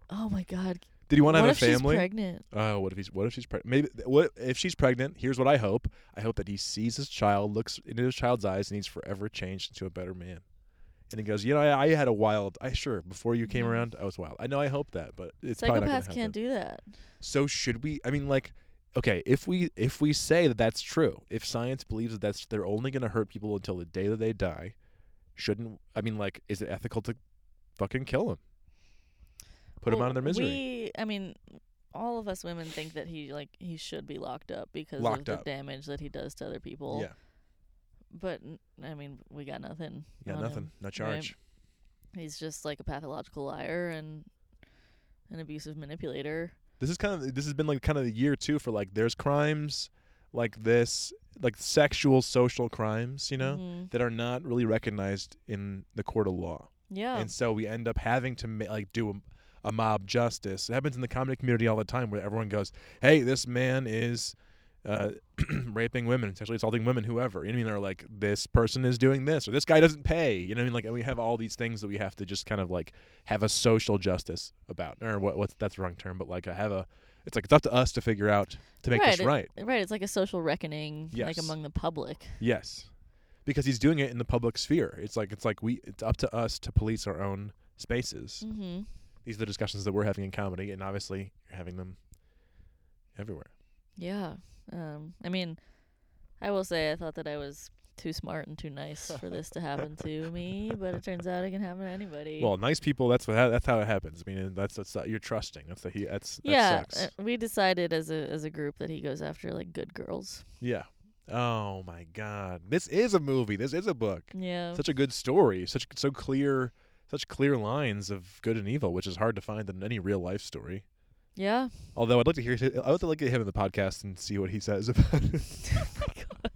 Speaker 3: Oh my God!
Speaker 1: Did he want
Speaker 3: What
Speaker 1: to have
Speaker 3: if
Speaker 1: a
Speaker 3: she's
Speaker 1: family?
Speaker 3: pregnant?
Speaker 1: Oh, what if he's what if she's pregnant? Maybe th- what if she's pregnant? Here's what I hope. I hope that he sees his child, looks into his child's eyes, and he's forever changed into a better man. And he goes, you know, I, I had a wild. I sure before you came
Speaker 3: Mhm.
Speaker 1: around, I was wild. I know. I hope that, but it's probably not gonna
Speaker 3: Psychopaths
Speaker 1: happen.
Speaker 3: can't do that.
Speaker 1: so should we? I mean, like, okay, if we if we say that that's true, if science believes that that's they're only going to hurt people until the day that they die, shouldn't I mean, like, is it ethical to fucking kill him? Put him
Speaker 3: Well,
Speaker 1: out of their misery.
Speaker 3: We, I mean, all of us women think that he like he should be locked up because
Speaker 1: Locked
Speaker 3: of the
Speaker 1: up.
Speaker 3: damage that he does to other people.
Speaker 1: yeah,
Speaker 3: But n- I mean, we got nothing.
Speaker 1: yeah,
Speaker 3: on
Speaker 1: nothing,
Speaker 3: him.
Speaker 1: no charge.
Speaker 3: He's just like a pathological liar and an abusive manipulator.
Speaker 1: this is kind of this has been like kind of the year too for like there's crimes like this like sexual social crimes you know
Speaker 3: Mhm.
Speaker 1: that are not really recognized in the court of law
Speaker 3: Yeah.
Speaker 1: and so we end up having to ma- like do a, a mob justice it happens in the comedy community all the time where everyone goes hey this man is uh, *clears throat* raping women sexually assaulting women whoever you know what i mean or like this person is doing this or this guy doesn't pay you know what i mean like and we have all these things that we have to just kind of like have a social justice about or what what's that's the wrong term but like i have a it's like it's up to us to figure out to make this
Speaker 3: Right, it-
Speaker 1: right
Speaker 3: right. It's like a social reckoning,
Speaker 1: Yes.
Speaker 3: like among the public.
Speaker 1: Yes, because he's doing it in the public sphere. It's like it's like we. It's up to us to police our own spaces.
Speaker 3: Mm-hmm.
Speaker 1: These are the discussions that we're having in comedy, and obviously you're having them everywhere.
Speaker 3: Yeah. Um. I mean, I will say I thought that I was too smart and too nice
Speaker 1: *laughs*
Speaker 3: for this to happen to me, but it turns out it can happen to anybody.
Speaker 1: Well, nice people. That's what. That's how it happens. I mean, that's that's uh, you're trusting. That's the he. That's that
Speaker 3: yeah,
Speaker 1: sucks.
Speaker 3: uh, we decided as a as a group that he goes after like good girls.
Speaker 1: yeah. Oh my God! This is a movie. This is a book.
Speaker 3: Yeah.
Speaker 1: Such a good story. Such so clear, such clear lines of good and evil, which is hard to find in any real life story.
Speaker 3: yeah. *laughs*
Speaker 1: Although I'd like to hear, I would like to get him in the podcast and see what he says about *laughs* it.
Speaker 3: oh my god.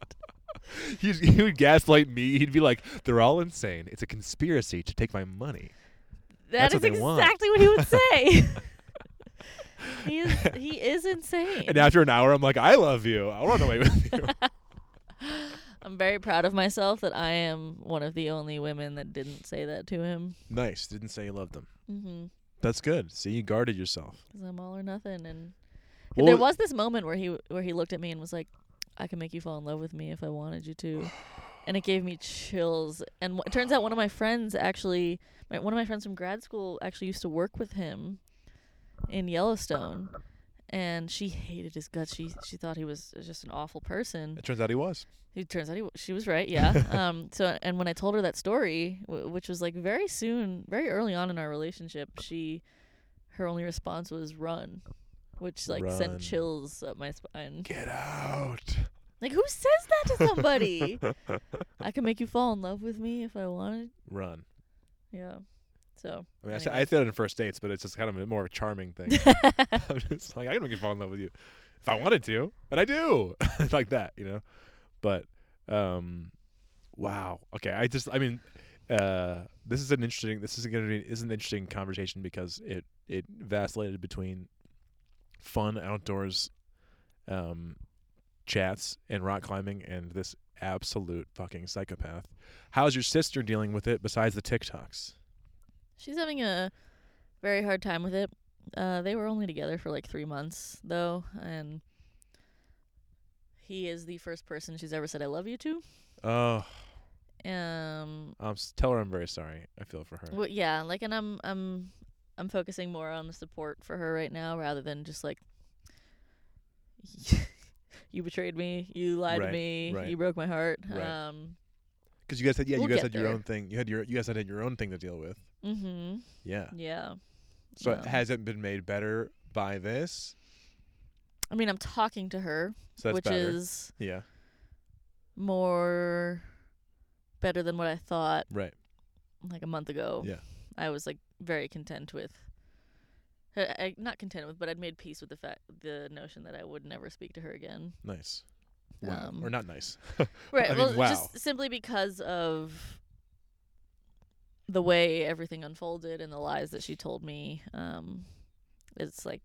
Speaker 1: He'd, he would gaslight me. He'd be like, "They're all insane. It's a conspiracy to take my money." That's
Speaker 3: That's
Speaker 1: what they want.
Speaker 3: exactly what
Speaker 1: *laughs*
Speaker 3: he would say. *laughs* he is he is insane.
Speaker 1: And after an hour, I'm like, "I love you. I run away with you."
Speaker 3: I'm very proud of myself that I am one of the only women that didn't say that to him.
Speaker 1: *laughs* nice. Didn't say you loved them.
Speaker 3: Mm-hmm.
Speaker 1: That's good. See, you guarded yourself.
Speaker 3: Cause I'm all or nothing, and
Speaker 1: Well,
Speaker 3: there was this moment where he where he looked at me and was like, "I can make you fall in love with me if I wanted you to," and it gave me chills. And w- it turns out one of my friends actually, my, one of my friends from grad school actually used to work with him in Yellowstone, and she hated his guts. She she thought he was just an awful person.
Speaker 1: It turns out he was.
Speaker 3: It turns out he, w- she was right. Yeah. um. So and when I told her that story, w- which was like very soon, very early on in our relationship, she, her only response was run, which like
Speaker 1: Run.
Speaker 3: sent chills up my spine.
Speaker 1: Get out.
Speaker 3: Like who says that to somebody? I can make you fall in love with me if I wanted.
Speaker 1: Run.
Speaker 3: Yeah. So.
Speaker 1: I mean, I, say,
Speaker 3: Anyway.
Speaker 1: I say that in first dates, but it's just kind of a more of a charming thing. *laughs* I'm just like, I don't get fall in love with you if I wanted to, and I do, *laughs* like that, you know. But, um, wow. Okay, I just, I mean, uh, this is an interesting. This is going to be is an interesting conversation because it it vacillated between fun outdoors, um, chats and rock climbing and this absolute fucking psychopath. How's your sister dealing with it besides the TikToks?
Speaker 3: She's having a very hard time with it. Uh, they were only together for like three months, though, and he is the first person she's ever said "I love you" to.
Speaker 1: Oh,
Speaker 3: Um,
Speaker 1: Um, s- tell her I'm very sorry. I feel for her.
Speaker 3: well, yeah, like, and I'm, I'm, I'm focusing more on the support for her right now rather than just like, *laughs* you betrayed me, you lied
Speaker 1: Right,
Speaker 3: to me,
Speaker 1: right.
Speaker 3: you broke my heart.
Speaker 1: Right.
Speaker 3: Um,
Speaker 1: Because you guys had, yeah,
Speaker 3: We'll
Speaker 1: you guys
Speaker 3: get
Speaker 1: had your
Speaker 3: there.
Speaker 1: own thing. You had your, you guys had your own thing to deal with.
Speaker 3: hmm
Speaker 1: Yeah.
Speaker 3: yeah.
Speaker 1: Uh, So
Speaker 3: No.
Speaker 1: it hasn't been made better by this.
Speaker 3: I mean, I'm talking to her,
Speaker 1: So that's
Speaker 3: which
Speaker 1: better.
Speaker 3: is
Speaker 1: yeah.
Speaker 3: more better than what I thought
Speaker 1: Right.
Speaker 3: like a month ago.
Speaker 1: Yeah.
Speaker 3: I was like very content with. I, I- not content with, but I'd made peace with the fact, the notion that I would never speak to her again.
Speaker 1: Nice. Wow.
Speaker 3: Um,
Speaker 1: or not nice.
Speaker 3: Right.
Speaker 1: I mean,
Speaker 3: well,
Speaker 1: wow.
Speaker 3: just simply because of the way everything unfolded and the lies that she told me, um, it's like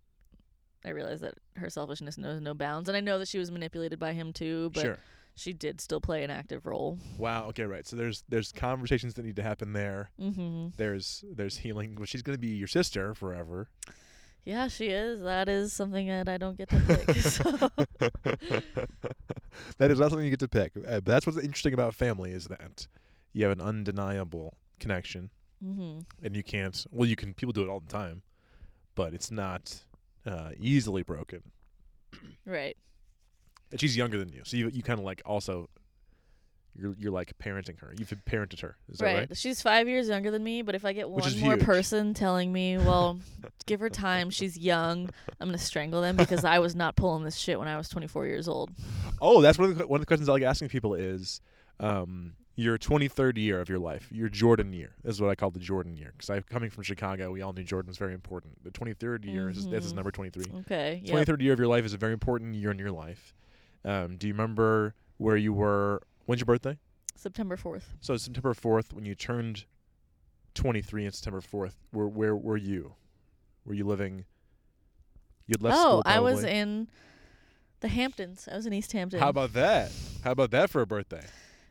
Speaker 3: I realized that her selfishness knows no bounds, and I know that she was manipulated by him too. But
Speaker 1: sure.
Speaker 3: she did still play an active role.
Speaker 1: Wow. Okay. Right. So there's there's conversations that need to happen there.
Speaker 3: Mm-hmm.
Speaker 1: There's there's healing. Well, she's gonna be your sister
Speaker 3: *laughs*
Speaker 1: forever.
Speaker 3: Yeah, she is. That is something that I don't get to
Speaker 1: *laughs*
Speaker 3: pick. so.
Speaker 1: that is not something you get to pick. Uh, but that's what's interesting about family is that you have an undeniable connection.
Speaker 3: Mm-hmm.
Speaker 1: and you can't well you can people do it all the time but it's not uh, easily broken
Speaker 3: Right.
Speaker 1: and she's younger than you so you, you kind of like also you're, you're like parenting her you've parented her is that right
Speaker 3: She's five years younger than me, but if I get
Speaker 1: Which
Speaker 3: one
Speaker 1: is
Speaker 3: more
Speaker 1: huge.
Speaker 3: person telling me, *laughs* well, give her *laughs* time, she's young, I'm going to strangle them because I was not pulling this shit when I was 24 years old.
Speaker 1: *laughs* oh that's one of the, que- one of the questions i like asking people is um, your 23rd year of your life your jordan year is what i call the jordan year because i'm coming from chicago we all knew jordan was very important the 23rd year is this is
Speaker 3: Mhm.
Speaker 1: number 23
Speaker 3: Okay. Yeah.
Speaker 1: 23rd year of your life is a very important year in your life um, do you remember where you were when's your birthday
Speaker 3: September 4th.
Speaker 1: So September fourth, when you turned twenty three on September fourth, where where were you? Were you living? You'd left
Speaker 3: oh,
Speaker 1: school.
Speaker 3: I was
Speaker 1: probably.
Speaker 3: in the Hamptons. I was in East Hampton.
Speaker 1: How about that? How about that for a birthday?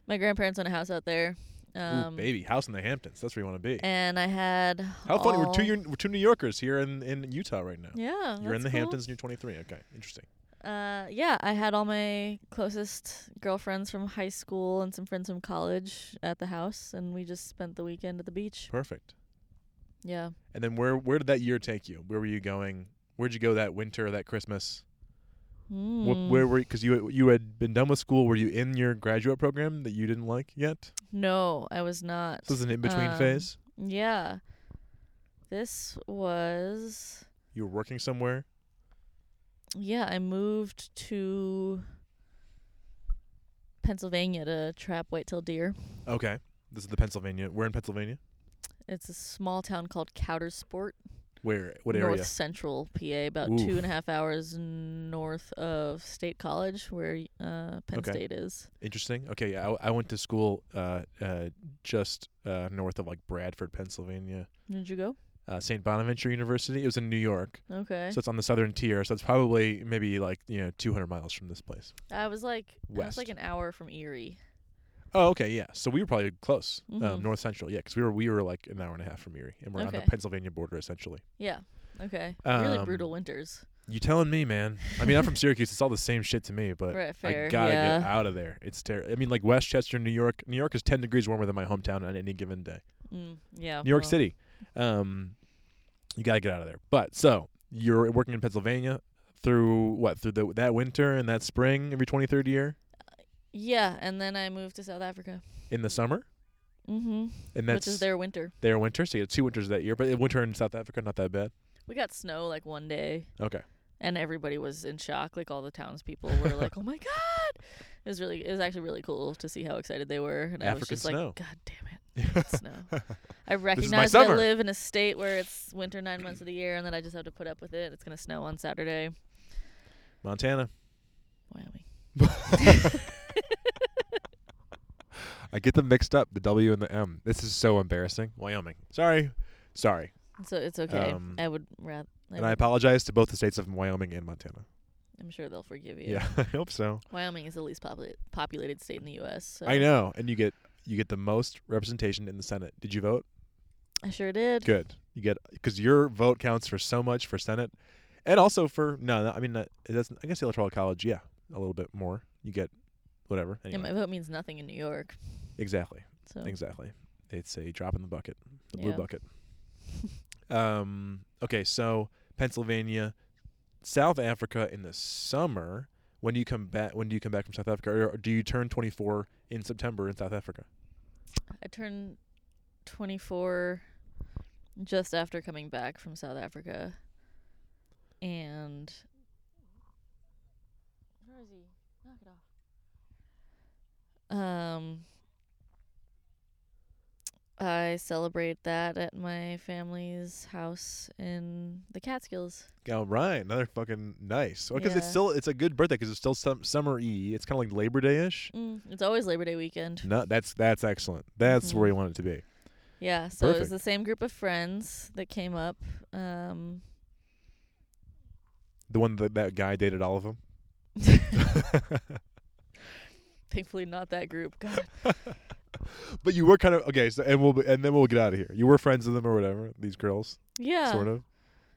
Speaker 3: My grandparents own a house out there. Um,
Speaker 1: Ooh, baby, house in the Hamptons. That's where you want to be.
Speaker 3: And I had.
Speaker 1: How funny! We're two
Speaker 3: all-
Speaker 1: year, we're two New Yorkers here in in Utah right now.
Speaker 3: Yeah.
Speaker 1: You're in
Speaker 3: that's
Speaker 1: the
Speaker 3: cool.
Speaker 1: Hamptons and you're twenty three. Okay, interesting.
Speaker 3: Uh, yeah, I had all my closest girlfriends from high school and some friends from college at the house, and we just spent the weekend at the beach.
Speaker 1: Perfect.
Speaker 3: Yeah.
Speaker 1: And then where where did that year take you? Where were you going? Where'd you go that winter, that Christmas? Wh-
Speaker 3: Mm.
Speaker 1: where were because you you had been done with school? Were you in your graduate program that you didn't like yet?
Speaker 3: No, I was not.
Speaker 1: This is an in between
Speaker 3: Um,
Speaker 1: phase.
Speaker 3: Yeah. This was.
Speaker 1: You were working somewhere.
Speaker 3: Yeah, I moved to Pennsylvania to trap white-tailed deer.
Speaker 1: Okay. This is the Pennsylvania. We're in Pennsylvania.
Speaker 3: It's a small town called Countersport,
Speaker 1: Where? What
Speaker 3: north
Speaker 1: area?
Speaker 3: central PA, about
Speaker 1: Oof.
Speaker 3: two and a half hours north of State College, where uh, Penn
Speaker 1: Okay.
Speaker 3: State is.
Speaker 1: Interesting. Okay. Yeah. I, I went to school uh, uh, just uh, north of like Bradford, Pennsylvania.
Speaker 3: Did you go?
Speaker 1: Uh, St. Bonaventure University. It was in New York.
Speaker 3: Okay.
Speaker 1: So it's on the southern tier. So it's probably maybe like, you know, 200 miles from this place.
Speaker 3: I was like, I was like
Speaker 1: West.
Speaker 3: an hour from Erie.
Speaker 1: Oh, okay, yeah. So we were probably close,
Speaker 3: Mhm.
Speaker 1: um, north central, yeah, because we were we were like an hour and a half from Erie, and we're on
Speaker 3: Okay.
Speaker 1: the Pennsylvania border essentially.
Speaker 3: Yeah. Okay. really
Speaker 1: Um,
Speaker 3: brutal winters.
Speaker 1: You telling me, man? I mean, I'm from Syracuse. It's all the same shit to me, but
Speaker 3: Right. Fair.
Speaker 1: I gotta
Speaker 3: yeah.
Speaker 1: get out of there. It's terrible. I mean, like Westchester, New York. New York is 10 degrees warmer than my hometown on any given day.
Speaker 3: Mm, yeah.
Speaker 1: New York
Speaker 3: well,
Speaker 1: City. Um, you gotta get out of there. But so you're working in Pennsylvania through what through the, that winter and that spring every 23rd year
Speaker 3: Yeah, and then I moved to South Africa.
Speaker 1: in the summer,
Speaker 3: Mm-hmm.
Speaker 1: and
Speaker 3: Which
Speaker 1: that's
Speaker 3: is their winter.
Speaker 1: their winter. So you had two winters that year, but winter in South Africa not that bad.
Speaker 3: We got snow like one day,
Speaker 1: Okay. *laughs*
Speaker 3: and everybody was in shock. Like all the townspeople were
Speaker 1: *laughs*
Speaker 3: like, "Oh my god!" It was really, it was actually really cool to see how excited they were, and I was
Speaker 1: African
Speaker 3: just
Speaker 1: snow.
Speaker 3: like, "God
Speaker 1: *laughs*
Speaker 3: damn it, it's snow!" I
Speaker 1: is my
Speaker 3: recognize that I
Speaker 1: summer.
Speaker 3: live in a state where it's winter nine months of the year, and that I just have to put up with it. It's gonna snow on Saturday.
Speaker 1: Montana.
Speaker 3: Wyoming.
Speaker 1: *laughs* I get them mixed up, the W and the M. This is so embarrassing. Wyoming. Sorry. Sorry.
Speaker 3: *laughs* So it's okay.
Speaker 1: Um,
Speaker 3: I would rather.
Speaker 1: And I apologize to both the states of Wyoming and Montana.
Speaker 3: I'm sure they'll forgive you.
Speaker 1: Yeah, *laughs* I hope so.
Speaker 3: Wyoming is the least popula- populated state in the U.S. So
Speaker 1: I know. And you get you get the most representation in the Senate. Did you vote?
Speaker 3: I sure did.
Speaker 1: Good. You get cuz your vote counts for so much for Senate and also for no, no I mean not, that's I guess the electoral college, yeah, a little bit more. You get whatever.
Speaker 3: Yeah,
Speaker 1: Anyway.
Speaker 3: my vote means nothing in New York.
Speaker 1: Exactly.
Speaker 3: So
Speaker 1: Exactly. It's a drop in the bucket. The blue
Speaker 3: Yeah. *laughs*
Speaker 1: bucket. um okay, so Pennsylvania, South Africa in the summer. When do you come back when do you come back from South Africa? Or do you turn twenty four in September in South Africa?
Speaker 3: I turned 24 just after coming back from South Africa, and where is he? Knock it off. Um, I celebrate that at my family's house in the Catskills.
Speaker 1: All right, another fucking nice. Because it's
Speaker 3: Yeah.
Speaker 1: still it's a good birthday because it's still some summer y. It's kind of like Labor Day ish.
Speaker 3: Mm, it's always Labor Day weekend.
Speaker 1: No, that's that's excellent. That's
Speaker 3: Mhm.
Speaker 1: where you want it to be.
Speaker 3: Yeah, so it was
Speaker 1: Perfect.
Speaker 3: the same group of friends that came up.
Speaker 1: *laughs*
Speaker 3: Um, *laughs*
Speaker 1: The one that that guy dated all of them. *laughs*
Speaker 3: thankfully, not that group.
Speaker 1: *laughs*
Speaker 3: *laughs* God.
Speaker 1: But you were kind of okay. So and we'll be- and then we'll get out of here. You were friends with them or whatever. These girls,
Speaker 3: Yeah.
Speaker 1: sort of.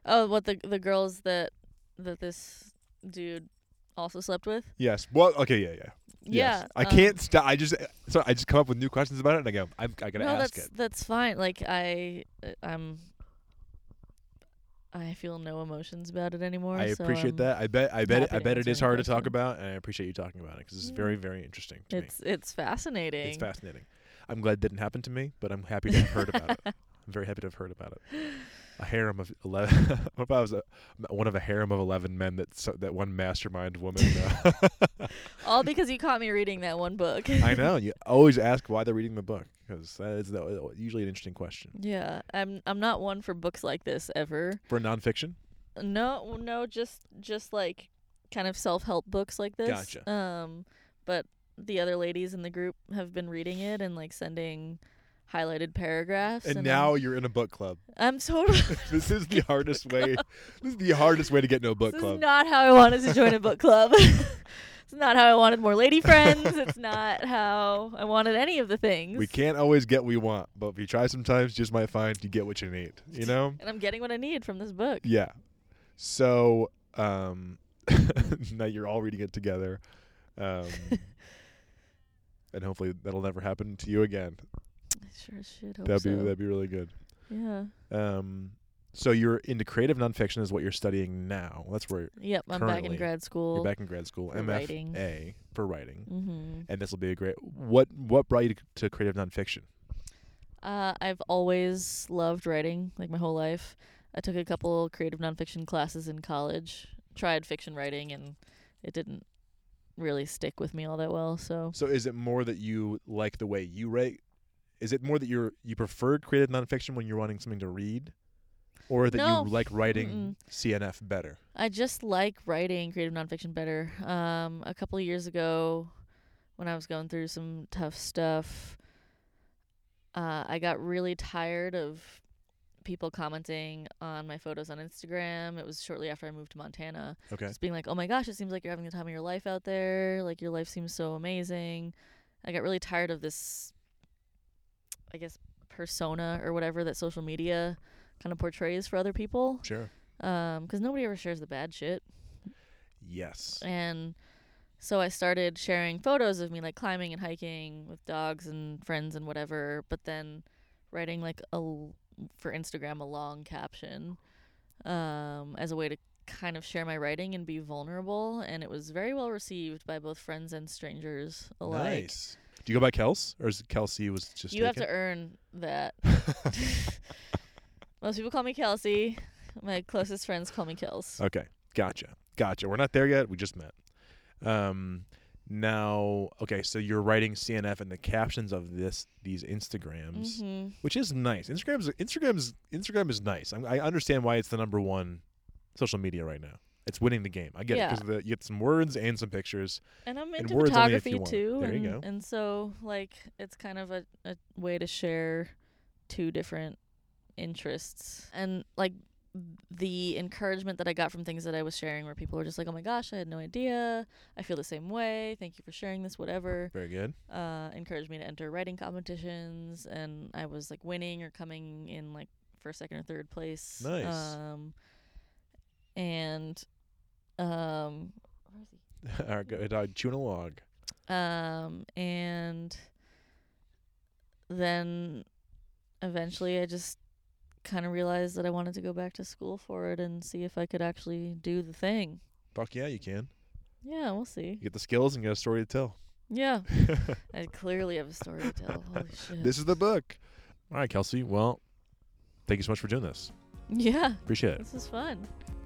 Speaker 3: Oh, what the the girls that that this dude also slept with?
Speaker 1: Yes. Well, okay. Yeah. Yeah.
Speaker 3: Yeah.
Speaker 1: Yes. I
Speaker 3: um,
Speaker 1: can't stop. I just so I just come up with new questions about it, and I go, I'm I gotta
Speaker 3: no,
Speaker 1: ask
Speaker 3: that's
Speaker 1: it.
Speaker 3: that's fine. Like I, uh, I'm. I feel no emotions about it anymore.
Speaker 1: I
Speaker 3: so um,
Speaker 1: appreciate
Speaker 3: I'm-
Speaker 1: that. I bet. I bet. It,
Speaker 3: happy
Speaker 1: I
Speaker 3: to
Speaker 1: bet it
Speaker 3: answer
Speaker 1: is
Speaker 3: any
Speaker 1: hard to talk
Speaker 3: question.
Speaker 1: about, and I appreciate you talking about it because it's
Speaker 3: Yeah.
Speaker 1: very, very interesting to me.
Speaker 3: It's it's fascinating.
Speaker 1: It's fascinating. I'm glad it didn't happen to me, but I'm happy to have heard about
Speaker 3: *laughs*
Speaker 1: it. I'm very happy to have heard about it. A harem of *laughs* eleven. I hope I was a, one of a harem of eleven men that so, that one mastermind woman.
Speaker 3: *laughs*
Speaker 1: Uh,
Speaker 3: All because you caught me reading that one book. *laughs*
Speaker 1: I know. You always ask why they're reading the book because that is the, uh, usually an interesting question
Speaker 3: yeah, I'm I'm not one for books like this ever.
Speaker 1: for nonfiction.
Speaker 3: No, no, just just like kind of self help books like this.
Speaker 1: Gotcha.
Speaker 3: Um, but the other ladies in the group have been reading it and like sending highlighted paragraphs.
Speaker 1: And
Speaker 3: I'm-
Speaker 1: now you're in a book club.
Speaker 3: *laughs*
Speaker 1: *laughs*
Speaker 3: I'm, *laughs* totally.
Speaker 1: This is the hardest way. This is the hardest way to get into a book
Speaker 3: this
Speaker 1: club.
Speaker 3: is not how I wanted to join a book club. *laughs* it's not how I wanted more lady friends.
Speaker 1: *laughs*
Speaker 3: it's not how I wanted any of the things.
Speaker 1: we can't always get what we want, but if you try sometimes, you just might find you get what you need. You know.
Speaker 3: And I'm getting what I need from this book.
Speaker 1: Yeah. So um, *laughs* now you're all reading it together,
Speaker 3: *laughs*
Speaker 1: um, and hopefully that'll never happen to you again.
Speaker 3: I *laughs* sure as shit hope
Speaker 1: That'd
Speaker 3: so.
Speaker 1: be that'd be really good.
Speaker 3: yeah.
Speaker 1: Um, so you're into creative nonfiction is what you're studying now. That's where
Speaker 3: Yep. I'm back in
Speaker 1: Currently,
Speaker 3: grad school.
Speaker 1: you're back in grad school,
Speaker 3: for
Speaker 1: MFA
Speaker 3: writing.
Speaker 1: for writing,
Speaker 3: Mm-hmm.
Speaker 1: and this will be a great. What what brought you to, to creative nonfiction?
Speaker 3: Uh, I've always loved writing, like my whole life. I took a couple creative nonfiction classes in college, tried fiction writing, and it didn't really stick with me all that well. So
Speaker 1: So is it more that you like the way you write? Is it more that you're you preferred creative nonfiction when you're wanting something to read, or that
Speaker 3: No.
Speaker 1: you like writing CNF better?
Speaker 3: I just like writing creative nonfiction better. Um, a couple of years ago, when I was going through some tough stuff, uh, I got really tired of people commenting on my photos on Instagram. It was shortly after I moved to Montana.
Speaker 1: Okay.
Speaker 3: Just being like, oh my gosh, it seems like you're having the time of your life out there. Like, your life seems so amazing. I got really tired of this, I guess, persona or whatever that social media kind of portrays for other people
Speaker 1: Sure.
Speaker 3: um, 'cause nobody ever shares the bad shit.
Speaker 1: Yes.
Speaker 3: And so I started sharing photos of me like climbing and hiking with dogs and friends and whatever, but then writing like a l- for Instagram a long caption um, as a way to kind of share my writing and be vulnerable. And it was very well received by both friends and strangers alike.
Speaker 1: Nice. Do you go by Kels, or is it Kelsey was just?
Speaker 3: You have to earn
Speaker 1: *laughs*
Speaker 3: that. *laughs* Most people call me Kelsey. My closest friends call me Kels.
Speaker 1: Okay. Gotcha. Gotcha. We're not there yet. We just met. Um now okay, so you're writing CNF in the captions of this these Instagrams,
Speaker 3: hmm
Speaker 1: which is nice. Instagrams Instagrams Instagram is nice. I'm, I understand why it's the number one social media right now. It's winning the game. I get
Speaker 3: Yeah.
Speaker 1: it because you get some words and some pictures.
Speaker 3: And I'm
Speaker 1: And
Speaker 3: into
Speaker 1: words only if
Speaker 3: photography
Speaker 1: you want it.
Speaker 3: too.
Speaker 1: There
Speaker 3: and,
Speaker 1: you go.
Speaker 3: and so like it's kind of a, a way to share two different interests. And like the encouragement that I got from things that I was sharing where people were just like, Oh my gosh, I had no idea. I feel the same way. Thank you for sharing this, whatever.
Speaker 1: Very good. *laughs*
Speaker 3: Uh encouraged me to enter writing competitions and I was like winning or coming in like first, second or third place.
Speaker 1: Nice.
Speaker 3: Um and um where is he?
Speaker 1: All right, good. Uh, chewing a log.
Speaker 3: um and then eventually i just kind of realized that i wanted to go back to school for it and see if i could actually do the thing
Speaker 1: Fuck yeah, you can.
Speaker 3: yeah we'll see
Speaker 1: You get the skills and you got a story to tell.
Speaker 3: yeah *laughs* i clearly have a story to tell holy
Speaker 1: *laughs*
Speaker 3: shit
Speaker 1: This is the book. All right, Kelsey. Well, thank you so much for doing this.
Speaker 3: yeah
Speaker 1: Appreciate it.
Speaker 3: this is fun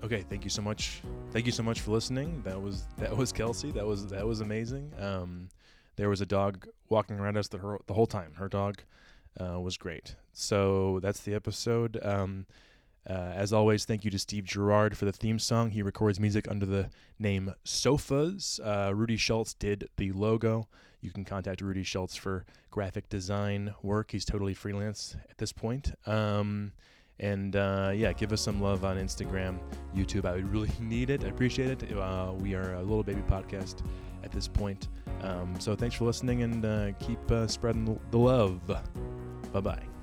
Speaker 1: okay thank you so much thank you so much for listening that was that was kelsey that was that was amazing um there was a dog walking around us the, her, the whole time her dog uh, was great so that's the episode um uh, as always, thank you to Steve Gerard for the theme song. He records music under the name Sofas. Uh, Rudy Schultz did the logo. You can contact Rudy Schultz for graphic design work. He's totally freelance at this point. Um, and uh, yeah, give us some love on Instagram, YouTube. I would really *laughs* need it. I appreciate it. Uh, we are a little baby podcast at this point. Um, so thanks for listening and uh, keep uh, spreading the love. Bye bye.